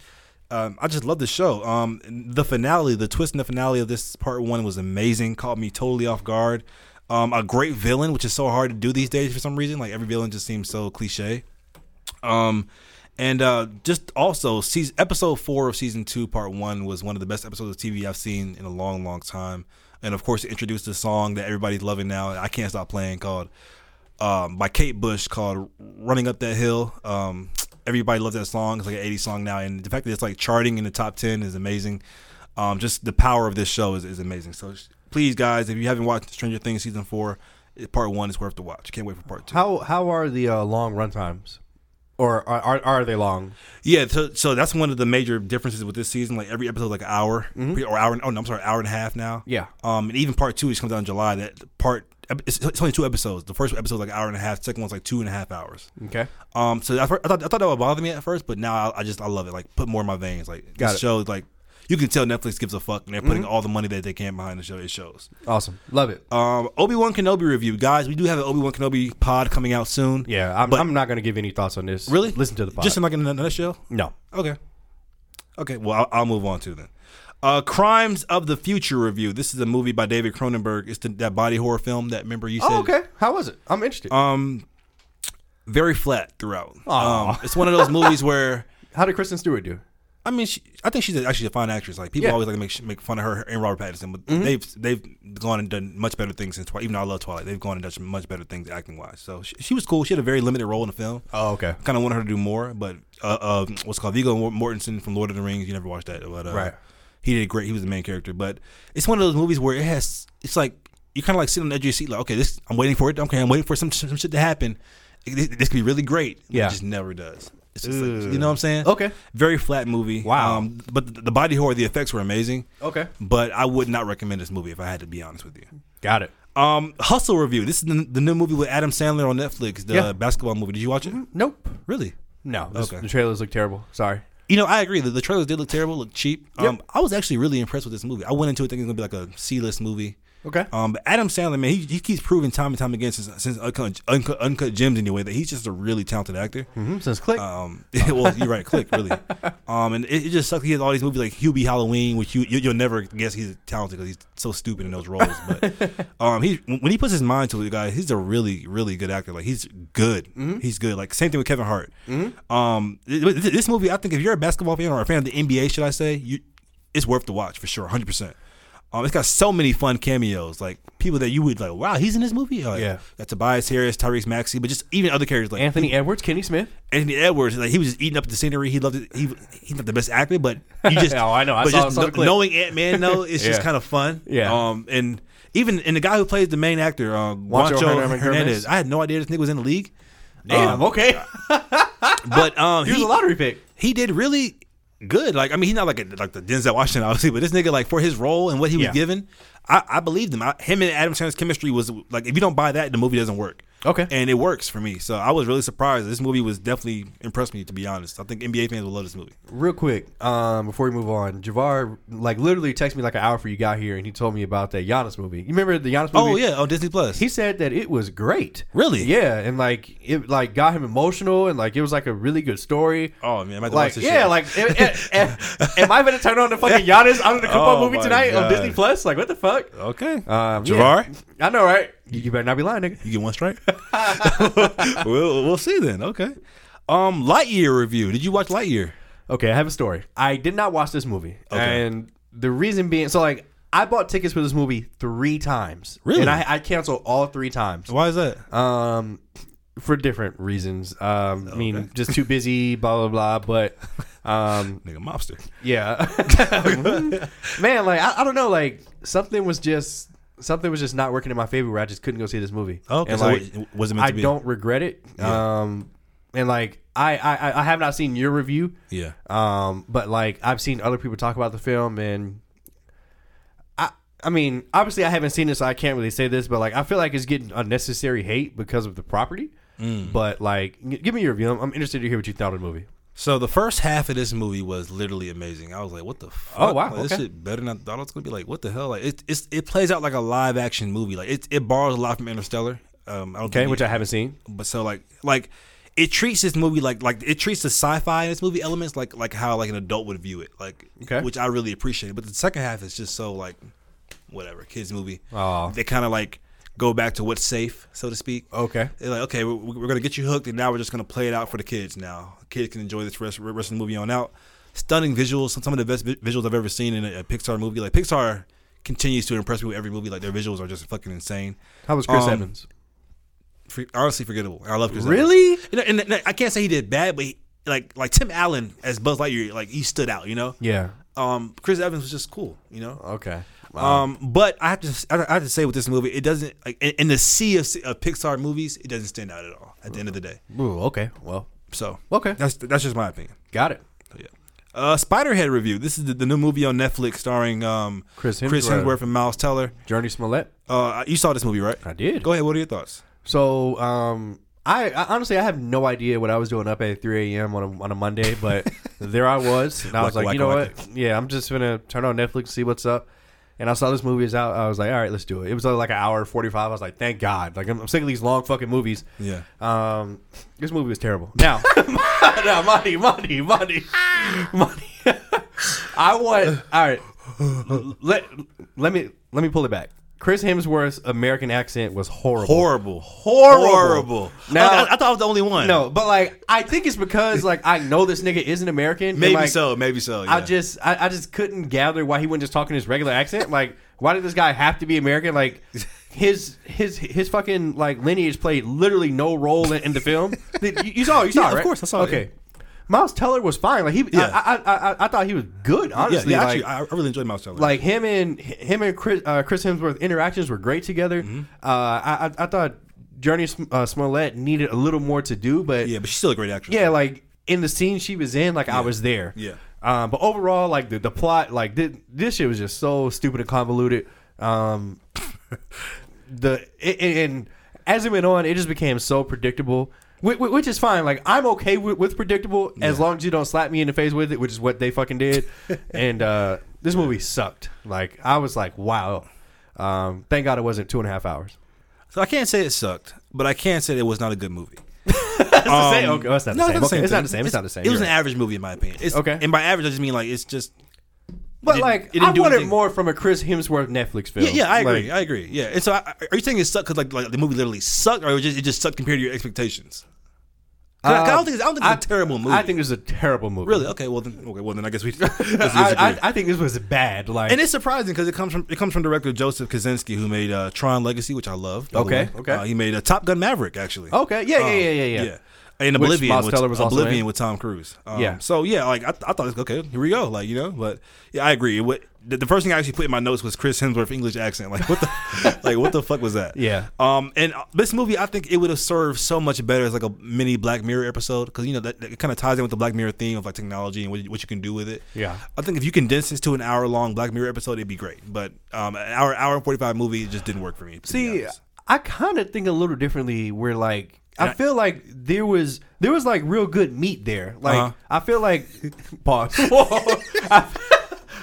S2: Um, I just love the show. Um, the finale, the twist in the finale of this part one was amazing. Caught me totally off guard. Um, a great villain, which is so hard to do these days for some reason. Like every villain just seems so cliche. Um, and uh, just also, season, episode four of season two, part one, was one of the best episodes of TV I've seen in a long, long time. And of course, it introduced the song that everybody's loving now. I can't stop playing called um, by Kate Bush called "Running Up That Hill." Um, everybody loves that song. It's like an 80s song now, and the fact that it's like charting in the top 10 is amazing. Um, just the power of this show is, is amazing. So sh- please, guys, if you haven't watched Stranger Things season four, it- part one is worth the watch. Can't wait for part two.
S1: How how are the uh, long run times, or are, are are they long?
S2: Yeah, so, so that's one of the major differences with this season. Like every episode, is like an hour or hour. and- Oh no, I'm sorry, hour and a half now.
S1: Mm-hmm. Yeah.
S2: Um, and even part two, which comes out in July. That part, it's, it's only two episodes. The first episode is like an hour and a half. Second one's like two and a half hours.
S1: Okay.
S2: Um, so I, fir- I thought I thought that would bother me at first, but now I, I just I love it. Like put more in my veins. Like
S1: Got
S2: this
S1: it. Mm-hmm.
S2: show is like you can tell Netflix gives a fuck, and they're putting all the money that they can behind the show. It shows.
S1: Awesome. Love it.
S2: Um, Obi Wan Kenobi review, guys. We do have an Obi Wan Kenobi pod coming out soon.
S1: Yeah, I'm,
S2: but-
S1: I'm not going to give any thoughts on this.
S2: Really?
S1: Listen to the podcast.
S2: Just in like in a nutshell.
S1: no.
S2: Okay. Okay. Well, I'll, I'll move on to then. Uh, Crimes of the Future review. This is a movie by David Cronenberg. It's the, that body horror film that remember you said.
S1: Oh, okay. How was it? I'm interested.
S2: Um, very flat throughout.
S1: Aw.
S2: Um, it's one of those movies where
S1: How did Kristen Stewart do?
S2: I mean, she, I think she's actually a fine actress. Like people
S1: Yeah. Mm-hmm.
S2: always like to make make fun of her and Robert Pattinson, but they've they've gone and done much better things since Twilight. Even though I love Twilight, they've gone and done much better things acting wise. So she, she was cool. She had a very limited role in the film.
S1: Oh, okay.
S2: kind of wanted her to do more, but uh, uh what's it called Viggo Mor- Mortensen from Lord of the Rings. You never watched that, but uh,
S1: Right.
S2: He did great. He was the main character, but it's one of those movies where it has. It's like you kind of like sitting on the edge of your seat, like, okay, this I'm waiting for it. Okay, I'm waiting for some some, some shit to happen. This, this could be really great. And
S1: Yeah.
S2: it just never does. It's just like, you know what I'm saying?
S1: Okay.
S2: very flat movie.
S1: Wow. Oh.
S2: um, but the, the body horror, the effects were amazing.
S1: Okay.
S2: but I would not recommend this movie if I had to be honest with you.
S1: Got it.
S2: Um, Hustle review. This is the, the new movie with Adam Sandler on Netflix, the
S1: Yeah. Mm-hmm.
S2: basketball movie. Did you watch it?
S1: Nope.
S2: Really?
S1: No. this-
S2: Okay.
S1: The trailers look terrible. Sorry.
S2: You know, I agree. The, the trailers did look terrible, look cheap. Um, I was actually really impressed with this movie. I went into it thinking it was gonna be like a C-list movie.
S1: Okay.
S2: Um, but Adam Sandler, man, he, he keeps proving time and time again since since Uncut, Uncut, Uncut Gems anyway that he's just a really talented actor.
S1: hmm Since click.
S2: Um, well, you're right, click really. Um, and it, it just sucks. He has all these movies like Hubie Halloween, which you, you you'll never guess he's talented because he's so stupid in those roles. But um, he when he puts his mind to it, guys, he's a really really good actor. Like he's good.
S1: Mm-hmm.
S2: He's good. Like same thing with Kevin Hart. Um, th- th- this movie, I think, if you're a basketball fan or a fan of the NBA, should I say, you, it's worth the watch for sure, hundred percent. Um, it's got so many fun cameos, like people that you would like. Wow, he's in this movie. Like,
S1: Yeah.
S2: got Tobias Harris, Tyrese Maxey, but just even other characters like
S1: Anthony Edwards, Kenny Smith.
S2: Anthony Edwards, like he was just eating up the scenery. He loved it. He he's not the best actor, but you just
S1: Oh, I know. I
S2: but
S1: saw-
S2: just
S1: I saw the
S2: kn-
S1: clip.
S2: knowing Ant Man though, it's just
S1: Yeah.
S2: kind of fun.
S1: Yeah.
S2: Um, and even and the guy who plays the main actor, uh,
S1: Juancho
S2: Juancho,
S1: Hernandez.
S2: Hernandez, I had no idea this nigga was in the league.
S1: Damn.
S2: Um,
S1: okay.
S2: but um,
S1: He was
S2: he-
S1: a lottery pick.
S2: he did really good. Like I mean, he's not like a, like the Denzel Washington, obviously, but this nigga like for his role and what he was
S1: Yeah.
S2: given, I, I believed him. I, him and Adam Sandler's chemistry was like if you don't buy that, the movie doesn't work.
S1: Okay.
S2: and it works for me. So I was really surprised. This movie was definitely impressed me. To be honest, I think NBA fans will love this movie.
S1: Real quick, um, before we move on, Javar like literally texted me like an hour before you got here, and he told me about that Giannis movie. You remember the Giannis movie?
S2: Oh yeah, on Disney Plus.
S1: He said that it was great.
S2: Really?
S1: Yeah, and like it like got him emotional, and like it was like a really good story.
S2: oh man, I might have to watch
S1: Like
S2: this
S1: yeah, like
S2: shit.
S1: am, am- am I gonna turn on the fucking Giannis under the Kupo
S2: Oh
S1: movie
S2: my
S1: tonight on
S2: God.
S1: Disney Plus? Like what the fuck?
S2: okay,
S1: Um, yeah.
S2: Jabbar?
S1: I know, right? You, you better not be lying, nigga.
S2: you get one strike. we'll we'll see then. Okay. Um, Lightyear review. Did you watch Lightyear?
S1: Okay, I have a story. I did not watch this movie,
S2: Okay.
S1: and the reason being, so like I bought tickets for this movie three times.
S2: Really?
S1: And I, I canceled all three times.
S2: Why is that?
S1: Um, for different reasons. Um, I mean, just too busy, blah blah blah. But, um,
S2: Nigga, mobster.
S1: yeah, man, like I, I don't know, like something was just something was just not working in my favor where I just couldn't go see this movie.
S2: Okay,
S1: And,
S2: so
S1: like,
S2: what- was it meant
S1: I
S2: to be?
S1: don't regret it. Um, and like I, I I have not seen your review.
S2: Yeah.
S1: Um, but like I've seen other people talk about the film, and I I mean, obviously I haven't seen it, so I can't really say this, but like I feel like it's getting unnecessary hate because of the property. But like, g- give me your review. I'm, I'm interested to hear what you thought of the movie.
S2: So the first half of this movie was literally amazing. I was like, "What the fuck?
S1: Oh, wow,
S2: Like, This
S1: okay.
S2: shit better than I thought it was gonna be." Like, what the hell? Like, it it's, it plays out like a live action movie. Like, it it borrows a lot from Interstellar. Um, I don't
S1: Okay,
S2: think
S1: which I haven't seen.
S2: but so like like it treats this movie like like it treats the sci-fi in this movie elements like like how like an adult would view it like
S1: Okay.
S2: which I really appreciate. But the second half is just so like whatever kids movie.
S1: Aw.
S2: They kind of like go back to what's safe, so to speak.
S1: Okay.
S2: They're like, okay, we're, we're gonna get you hooked, and now we're just gonna play it out for the kids. Now, kids can enjoy this rest, rest of the movie on out. Stunning visuals, some, some of the best vi- visuals I've ever seen in a, a Pixar movie. Like Pixar continues to impress me with every movie. Like their visuals are just fucking insane.
S1: How was Chris
S2: Um,
S1: Evans?
S2: For, honestly, forgettable. I love Chris. Evans.
S1: Really?
S2: You know, and, and I can't say he did bad, but he, like like Tim Allen as Buzz Lightyear, like he stood out. You know,
S1: Yeah. Oh,
S2: um, Chris Evans was just cool. You know,
S1: Okay.
S2: um, but I have to I have to say with this movie, it doesn't like in, in the sea of, of Pixar movies, it doesn't stand out at all. At the end of the day,
S1: Ooh, okay. Well,
S2: so
S1: Okay.
S2: that's that's just my opinion.
S1: got it.
S2: So, yeah. Uh, Spiderhead review. This is the, the new movie on Netflix starring um,
S1: Chris
S2: Chris
S1: Hemsworth.
S2: Hemsworth and Miles Teller.
S1: Journey Smollett.
S2: Uh, you saw this movie, right?
S1: I did.
S2: Go ahead. What are your thoughts?
S1: So, um, I, I honestly I have no idea what I was doing up at 3 a.m. on a, on a Monday, but there I was, and I was
S2: Waka,
S1: like, you know
S2: waka,
S1: what? Yeah, I'm just gonna turn on Netflix, see what's up. And I saw this movie is out. I was like, all right, let's do it. It was only like an hour and 45. I was like, thank God. Like, I'm, I'm sick of these long fucking movies.
S2: Yeah.
S1: Um, this movie was terrible. Now, now, Monty, Monty, Monty, Monty. I want. All right, let let me let me pull it back. Chris Hemsworth's American accent was horrible.
S2: Horrible.
S1: Horrible. Now-
S2: Now, I, I thought I was the only one.
S1: No, but like I think it's because like I know this nigga isn't American. and,
S2: Maybe
S1: like,
S2: so. Maybe so.
S1: I
S2: yeah.
S1: just I, I just couldn't gather why he wasn't just talking his regular accent. Like, why did this guy have to be American? Like his his his fucking like lineage played literally no role in, in the film. Did- you, you saw it, you saw
S2: Yeah,
S1: it,
S2: of
S1: right?
S2: course, I saw it,
S1: Okay. Miles Teller was fine. Like he,
S2: Yeah.
S1: I, I, I, I, I thought he was good. Honestly,
S2: yeah, yeah,
S1: like,
S2: actually, I, I really enjoyed Miles Teller.
S1: like him and him and Chris, uh, Chris Hemsworth interactions were great together.
S2: Mm-hmm.
S1: Uh, I, I I thought Journey Sm- uh, Smollett needed a little more to do, but yeah,
S2: yeah, but she's still a great actress.
S1: like in the scene she was in, like I was there.
S2: Yeah.
S1: Um, but overall, like the, the plot, like thi- this shit was just so stupid and convoluted. Um, the it, it- and as it went on, it just became so predictable. whi- whi- Which is fine. Like I'm okay with, with predictable as long as you don't slap me in the face with it, which is what they fucking did. and uh, this movie sucked. Like I was like, wow. Um, thank God it wasn't two and a half hours.
S2: So I can't say it sucked, but I can say it was not a good movie.
S1: the
S2: Um,
S1: same. Okay, well, it's not the
S2: no,
S1: same. Okay, it's not
S2: thing.
S1: the same. It's not the same.
S2: It was
S1: You're
S2: an
S1: right.
S2: average movie in my opinion. It's,
S1: Okay.
S2: and by average I just mean like it's just
S1: but
S2: didn't-
S1: like
S2: it didn't
S1: I
S2: do
S1: wanted
S2: anything.
S1: more from a Chris Hemsworth Netflix film.
S2: yeah, yeah I
S1: Like,
S2: agree, I agree, yeah. And so I, I- are you saying it sucked because like, like the movie literally sucked, or it just it just sucked compared to your expectations? 'Cause I- 'cause I don't think it's, I don't think it's a terrible movie.
S1: Um, I think it was a terrible movie.
S2: really okay. Well then, okay, well then I guess we. let's
S1: I,
S2: disagree.
S1: I, I think this was bad. Like,
S2: and it's surprising because it comes from it comes from director Joseph Kaczynski who made uh, Tron Legacy, which I love. by the
S1: Okay,
S2: way.
S1: okay.
S2: Uh, he made uh, Top Gun Maverick, actually.
S1: okay, yeah, yeah,
S2: Um,
S1: yeah, yeah, yeah.
S2: And
S1: Which
S2: Oblivion,
S1: Miles
S2: with,
S1: Teller was also
S2: Oblivion
S1: in.
S2: with Tom Cruise. Um,
S1: Yeah.
S2: So yeah, like I, I thought, okay, here we go, like you know. But yeah, I agree. What the, the first thing I actually put in my notes was Chris Hemsworth English accent. Like what the, like what the fuck was that?
S1: Yeah.
S2: Um, and uh, this movie, I think it would have served so much better as like a mini Black Mirror episode because you know that, that kind of ties in with the Black Mirror theme of like technology and what, you- what you can do with it.
S1: Yeah.
S2: I think if you condense this to an hour long Black Mirror episode, it'd be great. But um, an hour hour and forty five movie, it just didn't work for me. to be
S1: See,
S2: honest.
S1: I kind of think a little differently. Where like I feel like there was there was like real good meat there. Like
S2: Uh-huh.
S1: I feel like pause. I,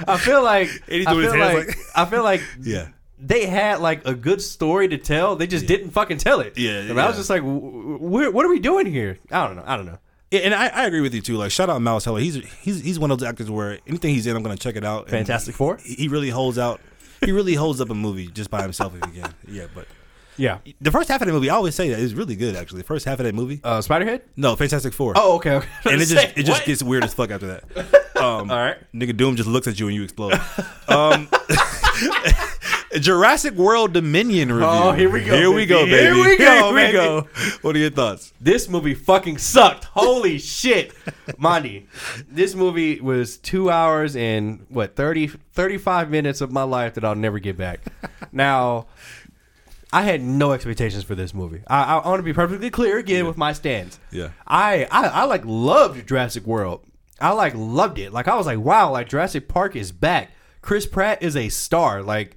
S1: I feel like
S2: And he
S1: I
S2: threw his
S1: feel
S2: hands
S1: like,
S2: like-
S1: I feel like
S2: Yeah.
S1: They had like a good story to tell. They just didn't fucking tell it.
S2: Yeah,
S1: and I was
S2: yeah.
S1: just like, w- w- where- what are we doing here? I don't know. I don't know.
S2: Yeah, and I, I agree with you too. Like, shout out Miles Teller. He's he's he's one of those actors where anything he's in, I'm gonna check it out. And
S1: Fantastic Four?
S2: He, he really holds out. He really holds up a movie just by himself if he can. Yeah, but
S1: Yeah.
S2: the first half of that movie, I always say that is really good. Actually, the first half of that movie,
S1: Uh, Spiderhead.
S2: no, Fantastic Four.
S1: Oh, okay. okay.
S2: and it just
S1: Say,
S2: it just
S1: what?
S2: gets weird as fuck after that. Um,
S1: All right.
S2: nigga Doom just looks at you and you explode. Um, Jurassic World Dominion review.
S1: Oh, here we go,
S2: Here we go,
S1: baby.
S2: baby.
S1: Here we go, baby.
S2: What are your thoughts?
S1: This movie fucking sucked. Holy shit. Monty, this movie was two hours and what, 30, 35 minutes of my life that I'll never get back. Now, I had no expectations for this movie. I, I want to be perfectly clear again with my stance.
S2: Yeah.
S1: I, I, I like loved Jurassic World. I like loved it. Like, I was like, wow, like Jurassic Park is back. Chris Pratt is a star. Like,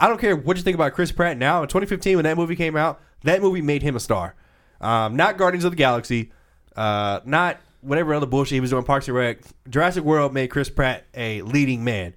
S1: I don't care what you think about Chris Pratt now. In 2015, when that movie came out, that movie made him a star. Um, not Guardians of the Galaxy, uh, not whatever other bullshit he was doing, Parks and Rec. Jurassic World made Chris Pratt a leading man.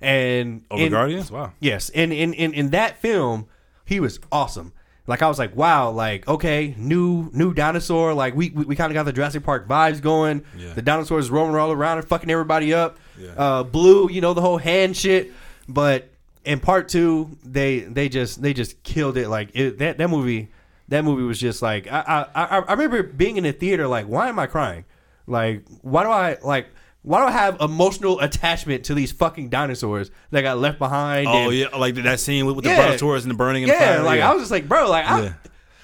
S1: And
S2: Over
S1: in-
S2: Guardians? Wow.
S1: Yes, and in in in that film, he was awesome. Like I was like, wow, like okay, new new dinosaur. Like we we, we kind of got the Jurassic Park vibes going.
S2: Yeah.
S1: The dinosaurs roaming all around and fucking everybody up.
S2: Yeah.
S1: Uh, blue, you know the whole hand shit. But in part two, they they just they just killed it. Like it, that that movie that movie was just like I, I I I remember being in the theater like why am I crying? Like why do I like. Why do I have emotional attachment to these fucking dinosaurs that got left behind?
S2: Oh
S1: and-
S2: yeah, like that scene with, with
S1: Yeah.
S2: the brontosaurus and the burning. And the
S1: yeah,
S2: fire.
S1: like I was just like, bro, like I,
S2: Yeah.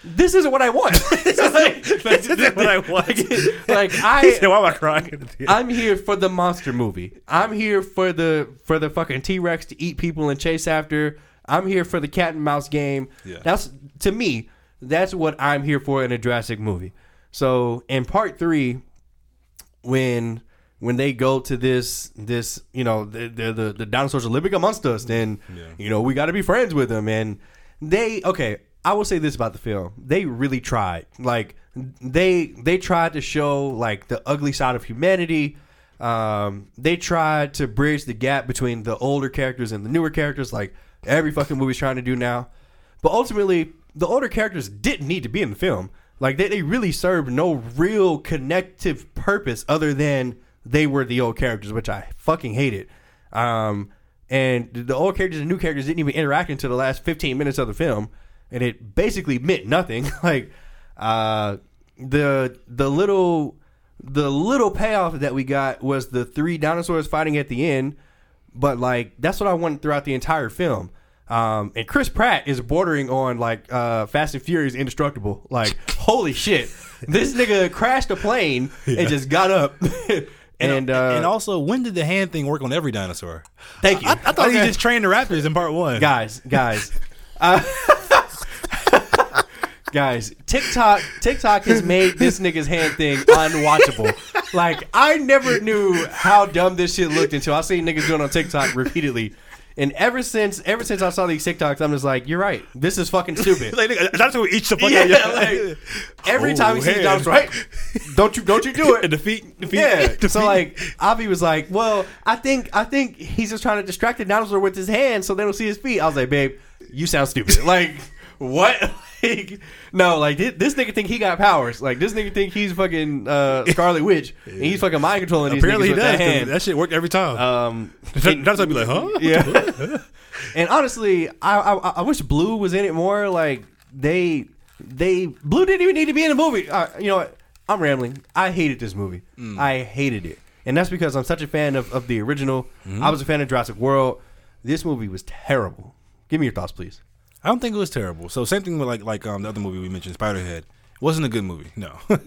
S1: this isn't what I want. It's just like, this isn't what I want. like
S2: He said,
S1: I,
S2: "Why am I crying?"
S1: I'm here for the monster movie. I'm here for the for the fucking T Rex to eat people and chase after. I'm here for the cat and mouse game.
S2: Yeah.
S1: That's to me, that's what I'm here for in a Jurassic movie. So in part three, when when they go to this this you know the the the, the dinosaurs are living amongst us then you know we got to be friends with them and they okay i will say this about the film they really tried like they they tried to show like the ugly side of humanity um they tried to bridge the gap between the older characters and the newer characters like every fucking movie's trying to do now but ultimately, the older characters didn't need to be in the film. Like they, they really served no real connective purpose other than they were the old characters, which I fucking hated. Um, and the old characters and new characters didn't even interact until the last 15 minutes of the film, and it basically meant nothing. like uh, the the little the little payoff that we got was the three dinosaurs fighting at the end, but like that's what I wanted throughout the entire film. Um, and Chris Pratt is bordering on like uh, Fast and Furious indestructible. Like holy shit, this nigga crashed a plane and just got up. and uh,
S2: and also, when did the hand thing work on every dinosaur?
S1: thank you.
S2: I, I thought
S1: Okay.
S2: he just trained the raptors in part one.
S1: guys, guys, uh, guys. TikTok, TikTok has made this nigga's hand thing unwatchable. Like I never knew how dumb this shit looked until I seen niggas doing it on TikTok repeatedly. And ever since, ever since I saw these TikToks, I'm just like, you're right. This is fucking stupid.
S2: Like, nigga, a dinosaur would eat the fuck
S1: yeah,
S2: out of you.
S1: like, every
S2: Oh,
S1: time he sees
S2: hey.
S1: dogs, right? Don't you, don't you do it?
S2: And the feet, the feet,
S1: Yeah.
S2: the
S1: So
S2: feet.
S1: like, Avi was like, "Well, I think, I think he's just trying to distract the dinosaur with his hand, so they don't see his feet." I was like, "Babe, you sound stupid. Like, what? Like, no, like thi- this nigga think he got powers. Like this nigga think he's fucking uh, Scarlet Witch, and he's fucking mind controlling these
S2: apparently
S1: niggas
S2: he
S1: with
S2: does.
S1: that
S2: 'cause
S1: hand."
S2: That shit worked every time.
S1: um,
S2: The dinosaur would be like, huh?
S1: yeah. and honestly, I, I I wish Blue was in it more. Like they they Blue didn't even need to be in the movie. Uh, you know what? I'm rambling. I hated this movie.
S2: Mm.
S1: I hated it, and that's because I'm such a fan of, of the original.
S2: Mm-hmm.
S1: I was a fan of Jurassic World. This movie was terrible. Give me your thoughts, please.
S2: I don't think it was terrible. So same thing with like like um the other movie we mentioned, Spiderhead. Wasn't a good movie. No.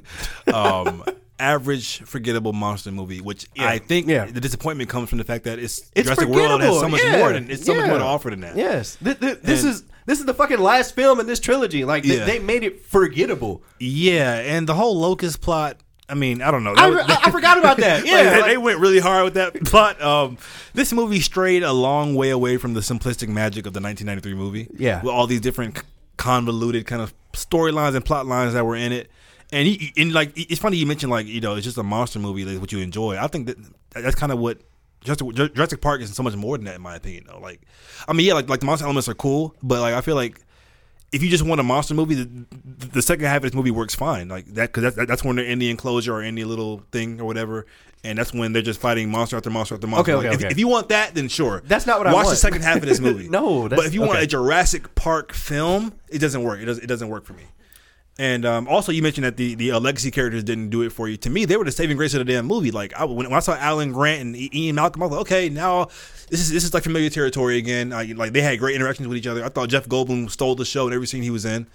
S2: um average forgettable monster movie, which I think
S1: yeah.
S2: the disappointment comes from the fact that it's,
S1: It's
S2: Jurassic World has
S1: forgettable.
S2: so much
S1: Yeah.
S2: more than it's so much
S1: Yeah.
S2: more to offer than that.
S1: Yes, Th- th- this
S2: And-
S1: is this is the fucking last film in this trilogy. Like they,
S2: Yeah.
S1: they made it forgettable.
S2: Yeah, and the whole locust plot. I mean, I don't know.
S1: I,
S2: That was-
S1: re- I, I forgot about that.
S2: Like,
S1: Yeah,
S2: they-
S1: like-
S2: they went really hard with that plot. Um, this movie strayed a long way away from the simplistic magic of the 1993 movie.
S1: Yeah.
S2: with all these different c- convoluted kind of storylines and plot lines that were in it. And he, and like it- it's funny you mentioned like you know it's just a monster movie like what you enjoy. I think that that's kind of what Jurassic, Jurassic Park is so much more than that in my opinion. Though, like I mean yeah, like like the monster elements are cool, but like I feel like if you just want a monster movie, the, the second half of this movie works fine. Like that, because that's, that's when they're in the enclosure or in the little thing or whatever, and that's when they're just fighting monster after monster after monster.
S1: Okay, okay,
S2: Like, if,
S1: okay.
S2: if you want that, then sure.
S1: That's not what I
S2: Watch the
S1: want.
S2: second half of this movie.
S1: No,
S2: but
S1: that's-
S2: if you want
S1: okay.
S2: a Jurassic Park film, it doesn't work. It does. It doesn't work for me. And um, also, you mentioned that the the uh, legacy characters didn't do it for you. To me, they were the saving grace of the damn movie. Like I, when, when I saw Alan Grant and I- Ian Malcolm, I was like, okay, now this is this is like familiar territory again. I, like they had great interactions with each other. I thought Jeff Goldblum stole the show in every scene he was in.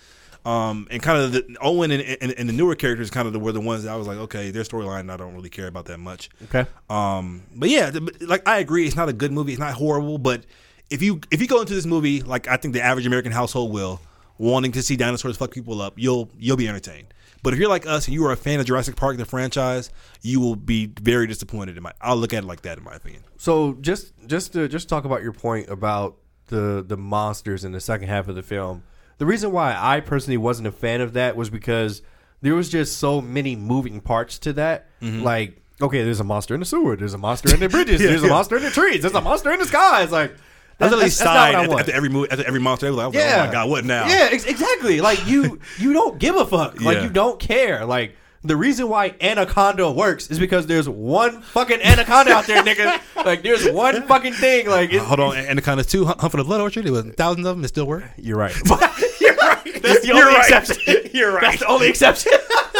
S2: Um, and kind of the, Owen and, and, and the newer characters kind of the, were the ones that I was like, okay, their storyline I don't really care about that much.
S1: Okay.
S2: Um, but yeah, th- but, like I agree, it's not a good movie. It's not horrible, but if you if you go into this movie like I think the average American household will, wanting to see dinosaurs fuck people up, you'll you'll be entertained. But if you're like us and you are a fan of Jurassic Park the franchise, you will be very disappointed. In my, I'll look at it like that in my opinion.
S1: So just just to just talk about your point about the the monsters in the second half of the film. The reason why I personally wasn't a fan of that was because there was just so many moving parts to that. Like, okay, there's a monster in the sewer, there's a monster in the bridges, there's a monster in the trees, there's a monster in the skies. Like,
S2: I
S1: that-
S2: literally
S1: that's, that's not
S2: sighed
S1: what I
S2: at
S1: want.
S2: after every movie, after every monster. I was like,
S1: yeah.
S2: oh my god, what now?
S1: Yeah, ex- exactly. Like you, you don't give a fuck. Like
S2: Yeah.
S1: you don't care. Like the reason why Anaconda works is because there's one fucking Anaconda out there, nigga. Like there's one fucking thing. Like it's,
S2: Hold on, Anaconda two, Hunt for the Blood Orchard. It was thousands of them. It still worked.
S1: You're right. You're right. That's the
S2: You're
S1: only
S2: right.
S1: exception. You're right. That's the only exception.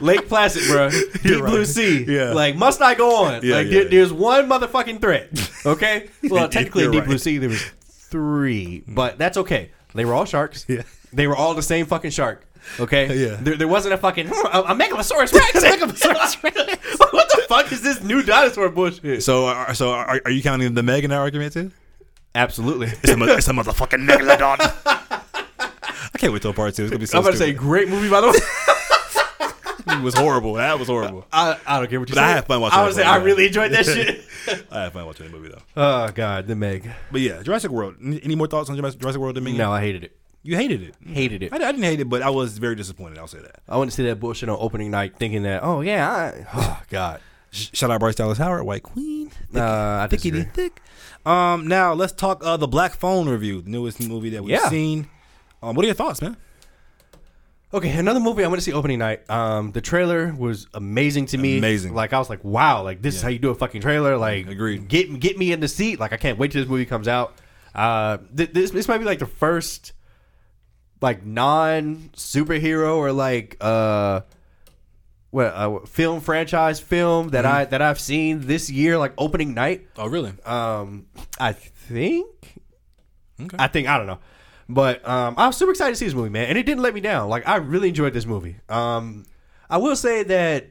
S1: Lake Placid, bro. Deep
S2: You're
S1: Blue
S2: right.
S1: Sea.
S2: Yeah.
S1: Like, must I go on?
S2: Yeah,
S1: like,
S2: yeah,
S1: there-
S2: yeah.
S1: there's one motherfucking threat. Okay. Well, technically, in Deep
S2: You're right. Mm.
S1: Blue Sea there was three, but that's okay. They were all sharks.
S2: Yeah.
S1: They were all the same fucking shark. Okay.
S2: Yeah.
S1: There, there wasn't a fucking "Hmm, a, a Megalosaurus Rex. what the fuck is this new dinosaur bullshit?
S2: So, are, so are, are you counting the Meg in that argument too?
S1: Absolutely.
S2: It's a, mo- it's a motherfucking megalodon. I can't wait till part two. It's gonna be so.
S1: I'm about to say
S2: stupid.
S1: great movie by the way.
S2: it was horrible. That was horrible.
S1: I, I don't care what you
S2: But
S1: say.
S2: I had fun watching
S1: I
S2: that
S1: would say
S2: movie.
S1: I really enjoyed that shit.
S2: I had fun watching that movie though.
S1: Oh God, the Meg.
S2: But yeah, Jurassic World. N- Any more thoughts on Jurassic Jurassic World? Dominion?
S1: No, I hated it.
S2: you hated it.
S1: Hated it.
S2: I, I didn't hate it, but I was very disappointed. I'll say that.
S1: I wouldn't see that bullshit on opening night, thinking that, oh yeah, I, oh God,
S2: Sh- Shout out Bryce Dallas Howard, White Queen.
S1: uh, I
S2: Thickity
S1: disagree.
S2: thick. Um, now let's talk uh, the Black Phone review, the newest movie that we've
S1: Yeah.
S2: seen. Um, what are your thoughts, man?
S1: Okay, another movie I want to see opening night. Um, the trailer was amazing to me.
S2: Amazing.
S1: Like I was like, wow, like this is how you do a fucking trailer. Like,
S2: Agreed.
S1: Get get me in the seat. Like I can't wait till this movie comes out. Uh, th- this this might be like the first, like non superhero or like uh, well, uh, film franchise film that
S2: Mm-hmm.
S1: I that I've seen this year. Like opening night.
S2: Oh, really?
S1: Um, I think.
S2: Okay.
S1: I think I don't know, But um, I'm super excited to see this movie, man, and it didn't let me down. Like I really enjoyed this movie. Um, I will say that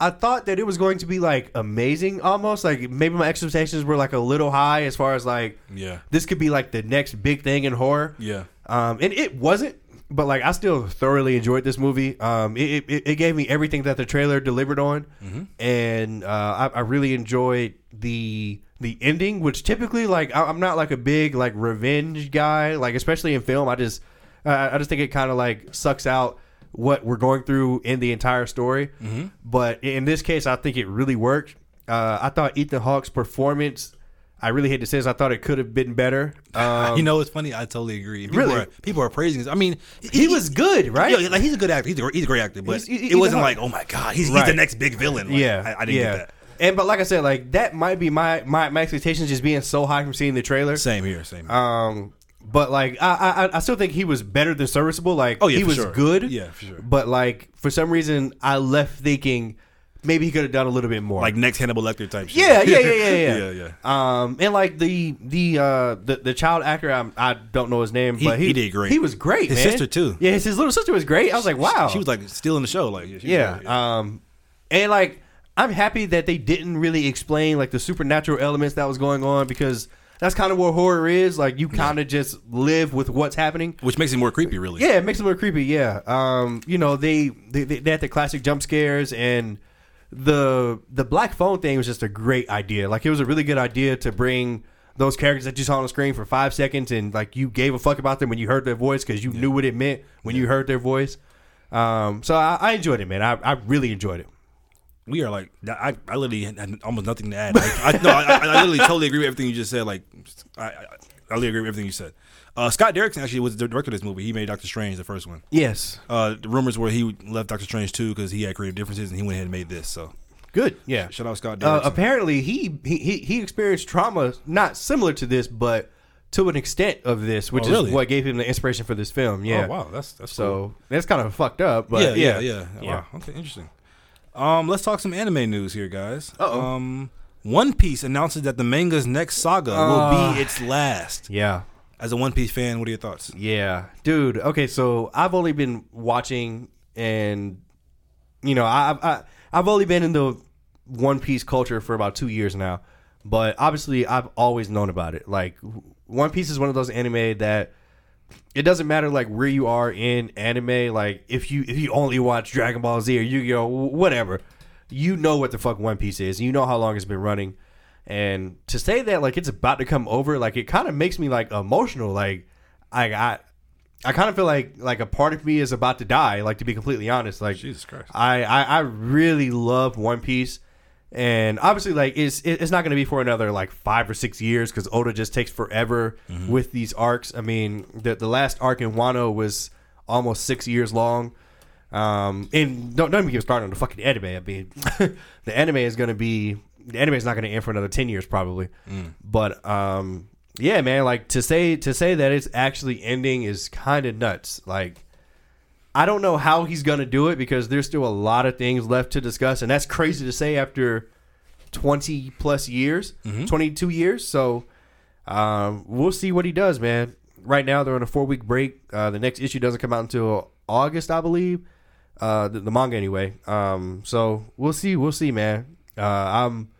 S1: I thought that it was going to be like amazing, almost like maybe my expectations were like a little high as far as like
S2: Yeah.
S1: this could be like the next big thing in horror.
S2: Yeah.
S1: Um, and it wasn't, but like I still thoroughly enjoyed this movie. Um, it, it, it gave me everything that the trailer delivered on, and uh, I, I really enjoyed the the ending. Which typically, like I, I'm not like a big like revenge guy, like especially in film. I just uh, I just think it kind of like sucks out what we're going through in the entire story. But in this case, I think it really worked. Uh, I thought Ethan Hawke's performance. I really hate to say this. I thought it could have been better. Um,
S2: you know, it's funny. I totally agree. People
S1: Really?
S2: are, people are praising this. I mean,
S1: he was good, right?
S2: yo, like he's a good actor. He's a, he's a great actor, but
S1: He's- he- he's
S2: it wasn't
S1: a-
S2: like, oh my god, he's, he's
S1: Right.
S2: the next big villain. Like,
S1: yeah,
S2: I, I didn't
S1: yeah.
S2: get that.
S1: And but like I said, like that might be my my, my expectations just being so high from seeing the trailer.
S2: Same here. Same. Here.
S1: Um, but like I, I I still think he was better than serviceable. Like
S2: Oh, yeah,
S1: he
S2: for
S1: was
S2: sure.
S1: good.
S2: Yeah, for sure.
S1: But like for some reason, I left thinking maybe he could have done a little bit more.
S2: like next Hannibal Lecter type. Shit.
S1: yeah, yeah, yeah, yeah, yeah,
S2: yeah, yeah.
S1: Um, and like the the uh the, the child actor, I, I don't know his name, but he,
S2: he did great.
S1: He was great.
S2: His
S1: man.
S2: sister, too.
S1: Yeah, his, his little sister was great. I was like, wow.
S2: She was like stealing the show. Like, yeah, she was
S1: Oh. Yeah.
S2: great,
S1: Um, and like I'm happy that they didn't really explain like the supernatural elements that was going on because that's kind of what horror is. Like you kind of just live with what's happening.
S2: which makes it more creepy, really.
S1: Yeah, it makes it more creepy. Yeah. Um, you know they they, they had the classic jump scares and the the black phone thing was just a great idea. Like it was a really good idea to bring. Those characters that you saw on the screen for five seconds, and like you gave a fuck about them when you heard their voice because you knew what it meant when you heard their voice. Um, so I, I enjoyed it, man. I, I really enjoyed it.
S2: we are like I, I literally had almost nothing to add. Like, I, no, I, I literally totally agree with everything you just said. Like, I, I, I literally agree with everything you said. Uh, Scott Derrickson actually was the director of this movie. He made Doctor Strange, the first one.
S1: Yes.
S2: Uh, the rumors were he left Doctor Strange too because he had creative differences, and he went ahead and made this. So
S1: Good. Yeah.
S2: shout out Scott
S1: Uh,
S2: Derrickson.
S1: apparently, he, he he he experienced trauma not similar to this, but to an extent of this, which
S2: Oh, really?
S1: is what gave him the inspiration for this film. Yeah.
S2: Oh wow, that's that's
S1: So
S2: cool.
S1: that's kind of fucked up, but
S2: yeah,
S1: yeah,
S2: yeah, yeah.
S1: Yeah.
S2: Wow. Okay, interesting. Um, let's talk some anime news here, guys.
S1: Uh-oh.
S2: Um, One Piece announces that the manga's next saga will be its last.
S1: yeah,
S2: As a One Piece fan, what are your thoughts?
S1: yeah, dude. Okay, so I've only been watching, and you know, I, I I've only been in the One Piece culture for about two years now, but obviously, I've always known about it. Like, One Piece is one of those anime that it doesn't matter like where you are in anime. Like if you if you only watch Dragon Ball Z or Yu Gi Oh, whatever, you know what the fuck One Piece is. You know how long it's been running, and to say that like it's about to come over, like it kind of makes me like emotional. Like I I, I kind of feel like like a part of me is about to die. Like to be completely honest, like
S2: Jesus Christ.
S1: I I, I really love One Piece. And obviously, like it's it- it's not going to be for another like five or six years because Oda just takes forever
S2: Mm-hmm.
S1: with these arcs. I mean, the the last arc in Wano was almost six years long. Um, and don't don't even get started on the fucking anime. I mean, the anime is going to be the anime is not going to end for another ten years probably. But um, yeah, man, like to say to say that it's actually ending is kind of nuts. Like I don't know how he's going to do it because there's still a lot of things left to discuss, and that's crazy to say after 20 plus years, 22 years. So um, we'll see what he does, man. Right now they're on a four week break. Uh, the next issue doesn't come out until August, I believe. Uh, the, the manga anyway. Um, so we'll see, we'll see, man. Uh, I'm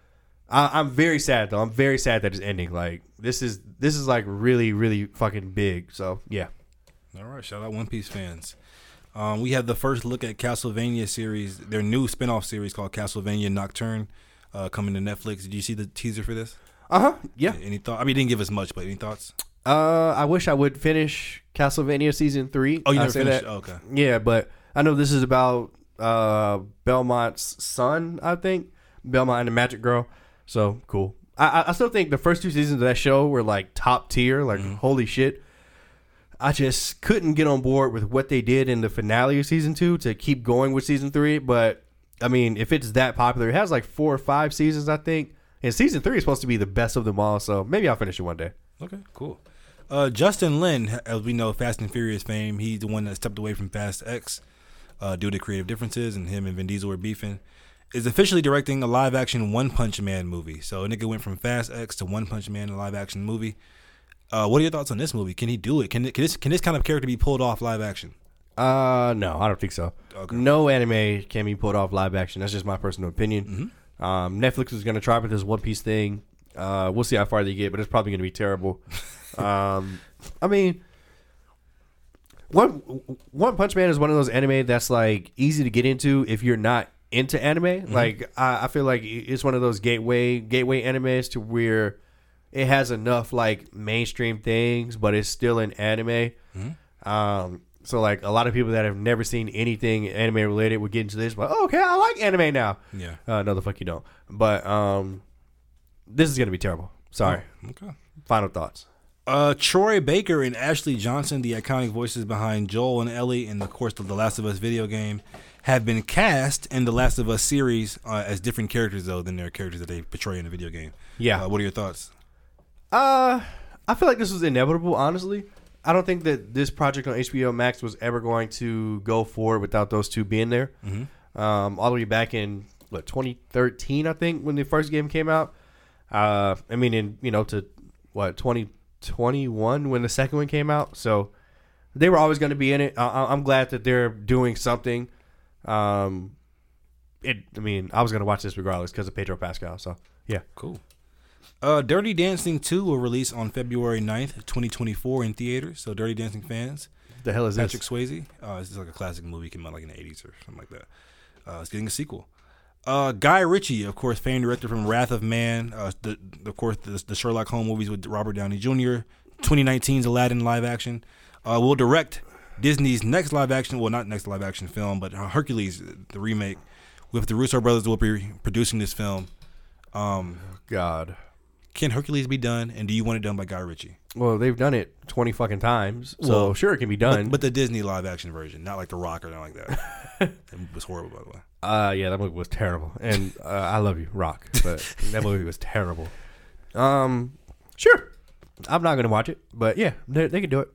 S1: I, I'm very sad though. I'm very sad that it's ending. Like this is this is like really really fucking big. So yeah.
S2: All right, shout out One Piece fans. Um, we have the first look at Castlevania series, their new spin-off series called Castlevania Nocturne, uh, coming to Netflix. Did you see the teaser for this?
S1: Uh
S2: Uh-huh,
S1: huh. Yeah.
S2: Any thought? I mean, it didn't give us much, but any thoughts?
S1: Uh, I wish I would finish Castlevania season three.
S2: Oh, you
S1: I
S2: never
S1: say
S2: finished?
S1: that.
S2: Oh, okay.
S1: Yeah, but I know this is about uh Belmont's son. I think Belmont and the Magic Girl. So cool. I I- I still think the first two seasons of that show were like top tier. Like holy shit. I just couldn't get on board with what they did in the finale of season two to keep going with season three. But I mean, if it's that popular, it has like four or five seasons, I think. And season three is supposed to be the best of them all. So maybe I'll finish it one day.
S2: Okay, cool. Uh, Justin Lin, as we know, Fast and Furious fame, he's the one that stepped away from Fast X uh, due to creative differences, and him and Vin Diesel were beefing. Is officially directing a live action One Punch Man movie. So a nigga went from Fast X to One Punch Man, a live action movie. Uh, what are your thoughts on this movie? Can he do it? Can, can this can this kind of character be pulled off live action?
S1: Uh, no, I don't think so. No anime can be pulled off live action. That's just my personal opinion. Um, Netflix is going to try with this One Piece thing. Uh, we'll see how far they get, but it's probably going to be terrible. um, I mean, one One Punch Man is one of those anime that's like easy to get into if you're not into anime. Like I, I feel like it's one of those gateway gateway animes to where it has enough like mainstream things, but it's still an anime. Um, so like a lot of people that have never seen anything anime related would get into this, but oh, okay, I like anime now.
S2: Yeah.
S1: uh, no, the fuck you don't. But um, this is gonna be terrible. Sorry.
S2: Okay.
S1: Final thoughts.
S2: Uh, Troy Baker and Ashley Johnson, the iconic voices behind Joel and Ellie in the course of the Last of Us video game, have been cast in the Last of Us series uh, as different characters though than their characters that they portray in the video game.
S1: Yeah.
S2: Uh, what are your thoughts?
S1: Uh, I feel like this was inevitable. Honestly, I don't think that this project on HBO Max was ever going to go forward without those two being there. Um, all the way back in what 2013, I think, when the first game came out. Uh, I mean, in you know to what 2021 when the second one came out. So they were always going to be in it. I- I- I'm glad that they're doing something. Um, it. I mean, I was going to watch this regardless because of Pedro Pascal. So yeah.
S2: Cool. Uh, Dirty Dancing 2 will release on February 9th, 2024 in theaters. So Dirty Dancing fans,
S1: The hell is
S2: Patrick
S1: this?
S2: Swayze. Uh, this is like a classic movie came out like in the 80s or something like that. Uh, it's getting a sequel. Uh, Guy Ritchie, of course, fan director from Wrath of Man, uh, the, the- of course, the, the Sherlock Holmes movies with Robert Downey Jr., 2019's Aladdin live action, uh, will direct Disney's next live action, well, not next live action film, but Hercules, the remake, with the Russo brothers will be producing this film.
S1: God.
S2: Can Hercules be done, and do you want it done by Guy Ritchie?
S1: Well, they've done it twenty fucking times, so
S2: Well,
S1: sure it can be
S2: But,
S1: done. But,
S2: but the Disney live action version, not like The Rock or nothing like that. it was horrible, by the way.
S1: uh, yeah, that movie was terrible, and uh, I love you, Rock, but that movie was terrible. Um, sure, I'm not gonna watch it, but yeah, they, they could do it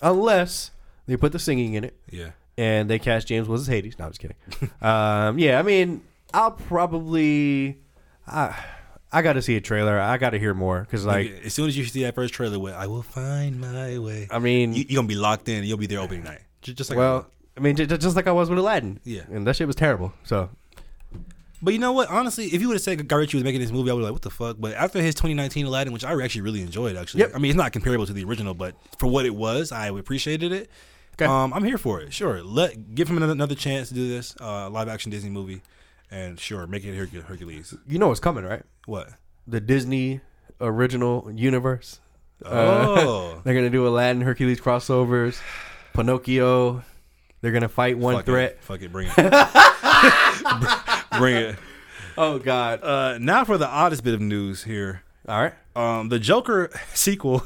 S1: unless they put the singing in it
S2: Yeah.
S1: and they cast James Woods as Hades. No, I'm just kidding. um, yeah, I mean, I'll probably, I, I got to see a trailer. I got to hear more because, like,
S2: as soon as you see that first trailer with "I will find my way,"
S1: I mean,
S2: you, you're gonna be locked in. You'll be there opening night. Ju- Just like
S1: well, I mean, j- j- just like I was with Aladdin.
S2: Yeah.
S1: and that shit was terrible. So
S2: but you know what? Honestly, if you would have said Guy Ritchie was making this movie, I would be like, "What the fuck?" But after his 2019 Aladdin, which I actually really enjoyed, actually,
S1: Yep.
S2: I mean, it's not comparable to the original, but for what it was, I appreciated it.
S1: Okay.
S2: Um, I'm here for it. Sure, let give him another, another chance to do this uh, live action Disney movie, and sure, make it Hercu- Hercules.
S1: you know what's coming, right?
S2: What?
S1: the Disney original universe.
S2: oh,
S1: They're gonna do Aladdin, Hercules crossovers, Pinocchio. They're gonna fight one
S2: fuck
S1: threat.
S2: It. Fuck it, bring it. bring it.
S1: Oh God!
S2: Uh, now for the oddest bit of news here.
S1: All right,
S2: Um, the Joker sequel.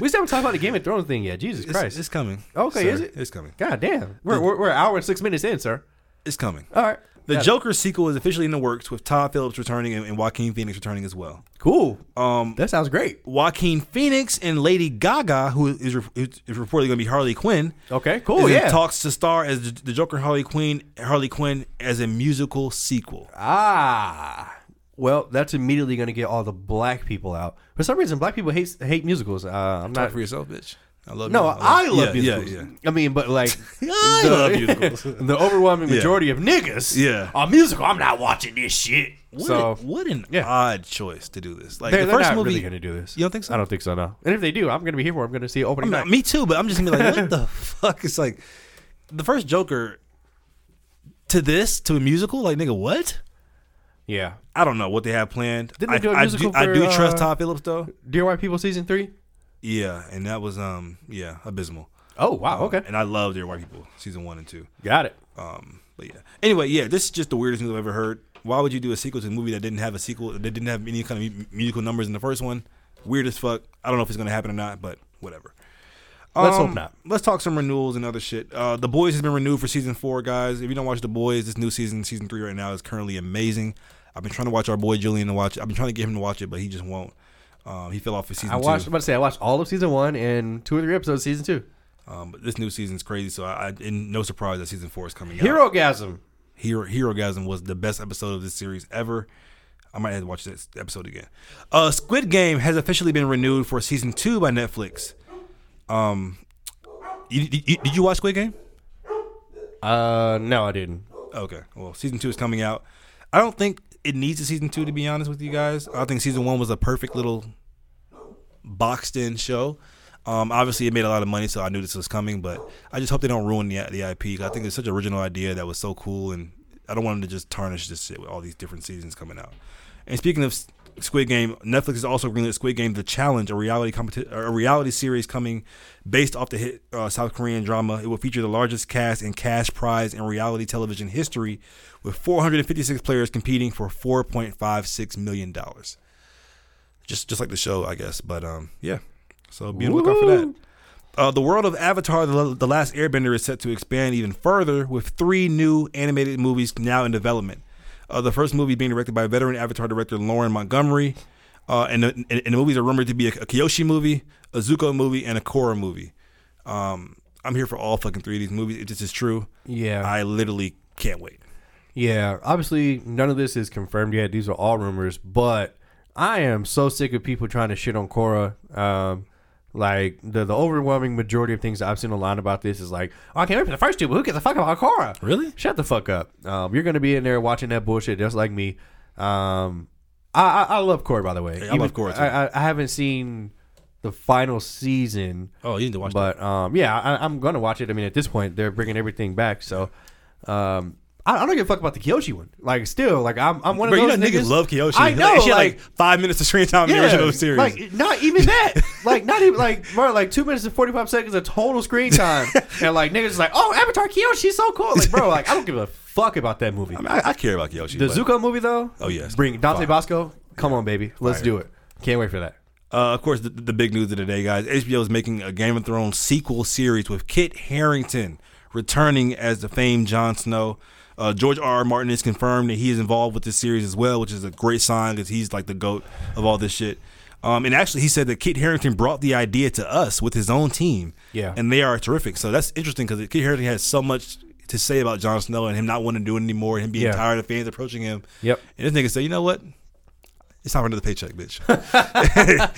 S1: we still haven't talked about the Game of Thrones thing yet. Jesus
S2: It's,
S1: Christ!
S2: it's coming.
S1: Okay,
S2: sir.
S1: is it?
S2: It's coming.
S1: God damn, we're, we're we're an hour and six minutes in, sir.
S2: It's coming.
S1: All right,
S2: The
S1: Got it.
S2: Joker sequel is officially in the works with Todd Phillips returning and, and Joaquin Phoenix returning as well.
S1: cool.
S2: Um,
S1: That sounds great.
S2: Joaquin Phoenix and Lady Gaga, who is, re- is is reportedly going to be Harley Quinn,
S1: Okay, cool.
S2: is in
S1: Oh, Yeah.
S2: talks to star as the- the Joker Harley Quinn Harley Quinn as a musical sequel.
S1: ah, well, that's immediately gonna get all the black people out. For some reason, black people hate hate musicals. Uh, I'm not.
S2: yourself, bitch. I love
S1: No,
S2: you.
S1: I love
S2: yeah,
S1: musicals.
S2: Yeah,
S1: I
S2: yeah.
S1: mean, but like,
S2: I love musicals.
S1: the overwhelming majority of niggas
S2: Yeah.
S1: are musical. I'm not watching this shit.
S2: What,
S1: so
S2: a- what an
S1: yeah.
S2: odd choice to do this. Like
S1: they're,
S2: the
S1: they're
S2: first
S1: not
S2: movie
S1: really gonna do this.
S2: You don't think so?
S1: I don't think so. No. And if they do, I'm gonna be here for. it. I'm gonna see it opening
S2: No,
S1: night.
S2: me too, but I'm just gonna be like, what the fuck? It's like the first Joker to this to a musical, like nigga, what?
S1: Yeah.
S2: I don't know what they have planned.
S1: Didn't they
S2: I,
S1: do a
S2: I
S1: musical
S2: I
S1: for,
S2: do trust
S1: uh,
S2: Todd Phillips though.
S1: Dear White People season three.
S2: Yeah, and that was um yeah abysmal.
S1: Oh wow. Okay.
S2: And I love Dear White People season one and two.
S1: Got it.
S2: Um, but yeah. Anyway, yeah, this is just the weirdest news I've ever heard. Why would you do a sequel to a movie that didn't have a sequel? That didn't have any kind of mu- musical numbers in the first one. Weird as fuck. I don't know if it's gonna happen or not, but whatever.
S1: Let's hope not.
S2: Um, Let's talk some renewals and other shit. Uh, the Boys has been renewed for season four, guys. If you don't watch The Boys, this new season, season three right now, is currently amazing. I've been trying to watch our boy Julian to watch it. I've been trying to get him to watch it, but he just won't. Um, he fell off for season
S1: I watched. I'm
S2: two.
S1: about to say I watched all of season one and two or three episodes of season two.
S2: Um, but this new season's crazy, so I, I and no surprise that season four is coming out.
S1: Hero Gasm.
S2: Hero Herogasm was the best episode of this series ever. I might have to watch this episode again. Uh, Squid Game has officially been renewed for season two by Netflix. Um, you, you- did you watch Squid Game?
S1: Uh, no, I didn't.
S2: Okay. Well, season two is coming out. I don't think it needs a season two to be honest with you guys. I think season one was a perfect little boxed in show. Um, obviously, it made a lot of money, so I knew this was coming. But I just hope they don't ruin the the IP. 'cause I think it's such an original idea that was so cool, and I don't want them to just tarnish this shit with all these different seasons coming out. And speaking of S- Squid Game, Netflix is also greenlit Squid Game: The Challenge, a reality competi- a reality series coming based off the hit uh, South Korean drama. It will feature the largest cast and cash prize in reality television history, with 456 players competing for 4.56 million dollars just just like the show, I guess. But um, yeah. So be on the lookout for that. Uh, the world of Avatar: the, the Last Airbender is set to expand even further with three new animated movies now in development. Uh, the first movie being directed by veteran Avatar director Lauren Montgomery, uh, and, the, and and the movies are rumored to be a, a Kyoshi movie, a Zuko movie, and a Korra movie. Um, I'm here for all fucking three of these movies. If this is true,
S1: Yeah.
S2: I literally can't wait.
S1: Yeah, obviously none of this is confirmed yet. These are all rumors, but I am so sick of people trying to shit on Cora. Um, like the the overwhelming majority of things that I've seen online about this is like, oh, I can't wait for the first two, but who gives a fuck about Cora?
S2: Really?
S1: Shut the fuck up. Um, you're gonna be in there watching that bullshit just like me. Um, I I, I love Cora by the way.
S2: I love Korra, too.
S1: I, I, I haven't seen the final season.
S2: Oh, you need to watch that.
S1: But um, yeah, I, I'm gonna watch it. I mean, at this point, they're bringing everything back, so um, I, I don't give a fuck about the Kyoshi one. Like, still, like I'm, I'm one
S2: Bro,
S1: of
S2: you know
S1: those
S2: niggas,
S1: niggas,
S2: love Kyoshi.
S1: I know,
S2: Like, she had,
S1: like,
S2: like, five minutes of screen time in the original series.
S1: like not even that. like not even like bro, like two minutes and forty five seconds of total screen time, and like niggas is like, oh, Avatar Kyoshi's so cool. Like, bro, like I don't give a fuck about that movie.
S2: I, mean, I, I care about Kyoshi.
S1: The
S2: but-
S1: Zuko movie though.
S2: Oh, yes.
S1: bring Dante
S2: Fire.
S1: Bosco. Come on, baby, let's do it. Can't wait for that.
S2: Uh, of course, the, the big news of the day, guys. HBO is making a Game of Thrones sequel series with Kit Harrington returning as the famed Jon Snow. Uh, George R. R. Martin has confirmed that he is involved with this series as well, which is a great sign because he's like the goat of all this shit. Um, and actually, he said that Kit Harrington brought the idea to us with his own team.
S1: Yeah.
S2: and they are terrific. So that's interesting because Kit Harrington has so much to say about Jon Snow and him not wanting to do it anymore, him being
S1: Yeah.
S2: tired of fans approaching him.
S1: Yep.
S2: And this nigga said, you know what? It's time for another paycheck, bitch. and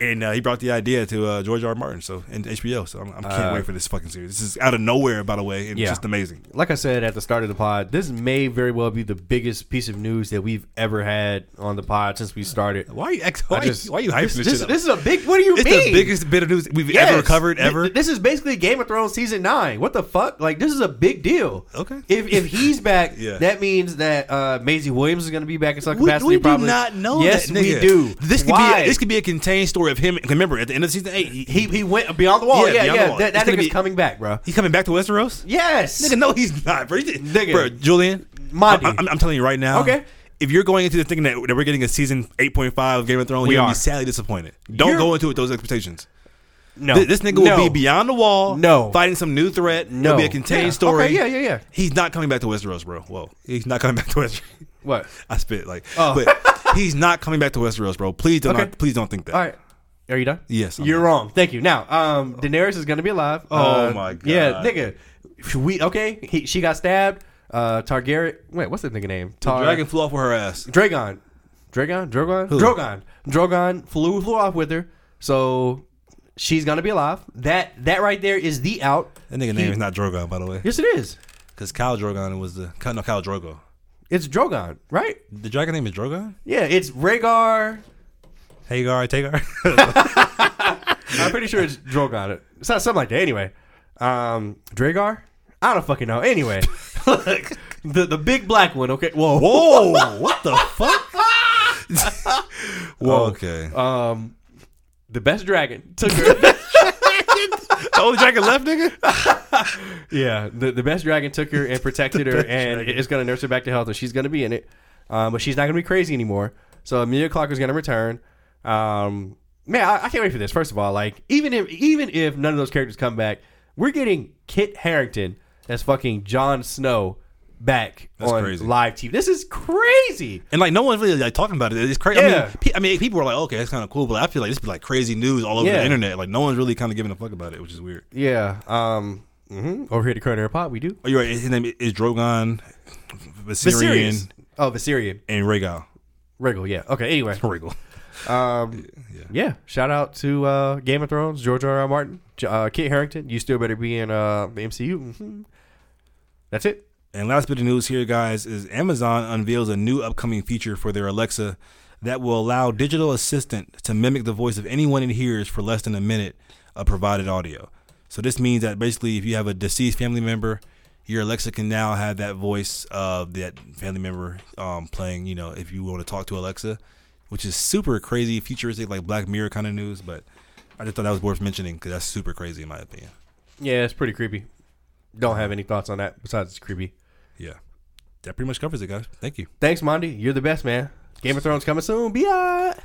S2: and, uh, he brought the idea to uh, George R. R. Martin, so and HBO. So I'm, I can't wait for this fucking series. This is out of nowhere, by the way, and
S1: Uh, Yeah.
S2: it's just amazing.
S1: like I said at the start of the pod, this may very well be the biggest piece of news that we've ever had on the pod since we started.
S2: Why are you ex- why,
S1: I just-
S2: why are you hyping this,
S1: this,
S2: shit
S1: this,
S2: up?
S1: this is a big. What do you
S2: it's
S1: mean?
S2: the biggest bit of news we've
S1: Yes.
S2: ever covered ever.
S1: Th- This is basically Game of Thrones season nine. What the fuck? Like this is a big deal.
S2: Okay.
S1: If if he's back,
S2: Yeah.
S1: that means that uh, Maisie Williams is going to be back in some
S2: we,
S1: capacity.
S2: we do
S1: probably.
S2: not know.
S1: Yes,
S2: that,
S1: we
S2: nigga.
S1: do.
S2: This could
S1: Why?
S2: be a, this could be a contained story of him. 'cause Remember, at the end of season eight, he,
S1: he he went beyond the wall. Yeah,
S2: Yeah,
S1: yeah.
S2: beyond the wall.
S1: That, that
S2: It's gonna
S1: nigga's
S2: be-
S1: coming back, bro.
S2: he's coming back to Westeros.
S1: Yes.
S2: Nigga, no, he's not, bro. He did-
S1: Nigga.
S2: bro Julian,
S1: Monty.
S2: I, am telling you right now.
S1: Okay.
S2: If you're going into the thinking that, that we're getting a season 8.5 of Game of Thrones,
S1: We
S2: you're going
S1: are.
S2: to be sadly disappointed. Don't
S1: You're-
S2: go into it with those expectations.
S1: no.
S2: Th- This, nigga will
S1: No.
S2: be beyond the wall,
S1: No.
S2: fighting some new threat.
S1: No.
S2: It'll be a contained
S1: Yeah.
S2: story.
S1: Okay, yeah, yeah, yeah.
S2: He's not coming back to Westeros, bro. Whoa. He's not coming back to Westeros.
S1: What?
S2: I spit like, but he's not coming back to Westeros, bro. Please don't,
S1: Oh. Okay.
S2: not, please don't think that.
S1: All right. Are you done?
S2: Yes, I'm
S1: You're
S2: done.
S1: wrong. Thank you. Now, um, Daenerys is gonna be alive.
S2: Oh
S1: Uh,
S2: my God.
S1: Yeah, nigga. We okay? He, she got stabbed. Uh, Targaryen. Wait, what's the nigga name? Tar-
S2: Dragon flew off with her ass.
S1: Dragon. Dragon. Drogon. Drogon. Drogon flew flew off with her. So she's gonna be alive. That that right there is the out.
S2: That nigga name is not Drogon, by the way,
S1: Yes, it is.
S2: because Kyle Drogon was the no Kyle Drogo.
S1: It's Drogon, right?
S2: The dragon name is Drogon.
S1: Yeah, it's Rhaegar.
S2: Hagar, Tagar.
S1: I'm pretty sure it's Drogon. It's not something like that. Anyway, um, Dragar. I don't fucking know. Anyway, look, the the big black one. Okay, whoa,
S2: Whoa! What the fuck? Whoa. Okay.
S1: Um, the best dragon took her.
S2: the only dragon left, nigga.
S1: yeah, the the best dragon took her and protected her, and it's gonna nurse her back to health, and she's gonna be in it. Um, but she's not gonna be crazy anymore. So Amelia Clark is gonna return. Um, man, I, I can't wait for this. First of all, like even if even if none of those characters come back, we're getting Kit Harrington as fucking Jon Snow back
S2: That's
S1: on
S2: crazy.
S1: live TV. This is crazy.
S2: And like no one's really like talking about it. It's crazy. I
S1: Yeah.
S2: mean, pe- I mean, people are like, okay, that's kind of cool, but I feel like this be like crazy news all over
S1: Yeah.
S2: the internet. Like no one's really kind of giving a fuck about it, which is weird.
S1: Yeah. Um. mhm. Over here at the current air pod, we do.
S2: Oh, you're right. His name is Drogon, Viserion,
S1: Oh, Viserion.
S2: and Rhaegal.
S1: Wriggle, yeah. Okay, anyway.
S2: Wriggle.
S1: Um, yeah. Shout out to uh, Game of Thrones, George R. R. Martin, J- uh, Kit Harrington. You still better be in uh, the MCU. Mhm. That's it.
S2: And last bit of news here, guys, is Amazon unveils a new upcoming feature for their Alexa that will allow digital assistant to mimic the voice of anyone it hears for less than a minute of provided audio. So this means that basically, if you have a deceased family member, your Alexa can now have that voice of that family member um, playing. You know, if you want to talk to Alexa, which is super crazy, futuristic, like Black Mirror kind of news. But I just thought that was worth mentioning because that's super crazy in my opinion.
S1: Yeah, it's pretty creepy. Don't have any thoughts on that besides it's creepy.
S2: Yeah, that pretty much covers it, guys. Thank you.
S1: Thanks, Mondi. You're the best, man. Game of Thrones coming soon. Be all right.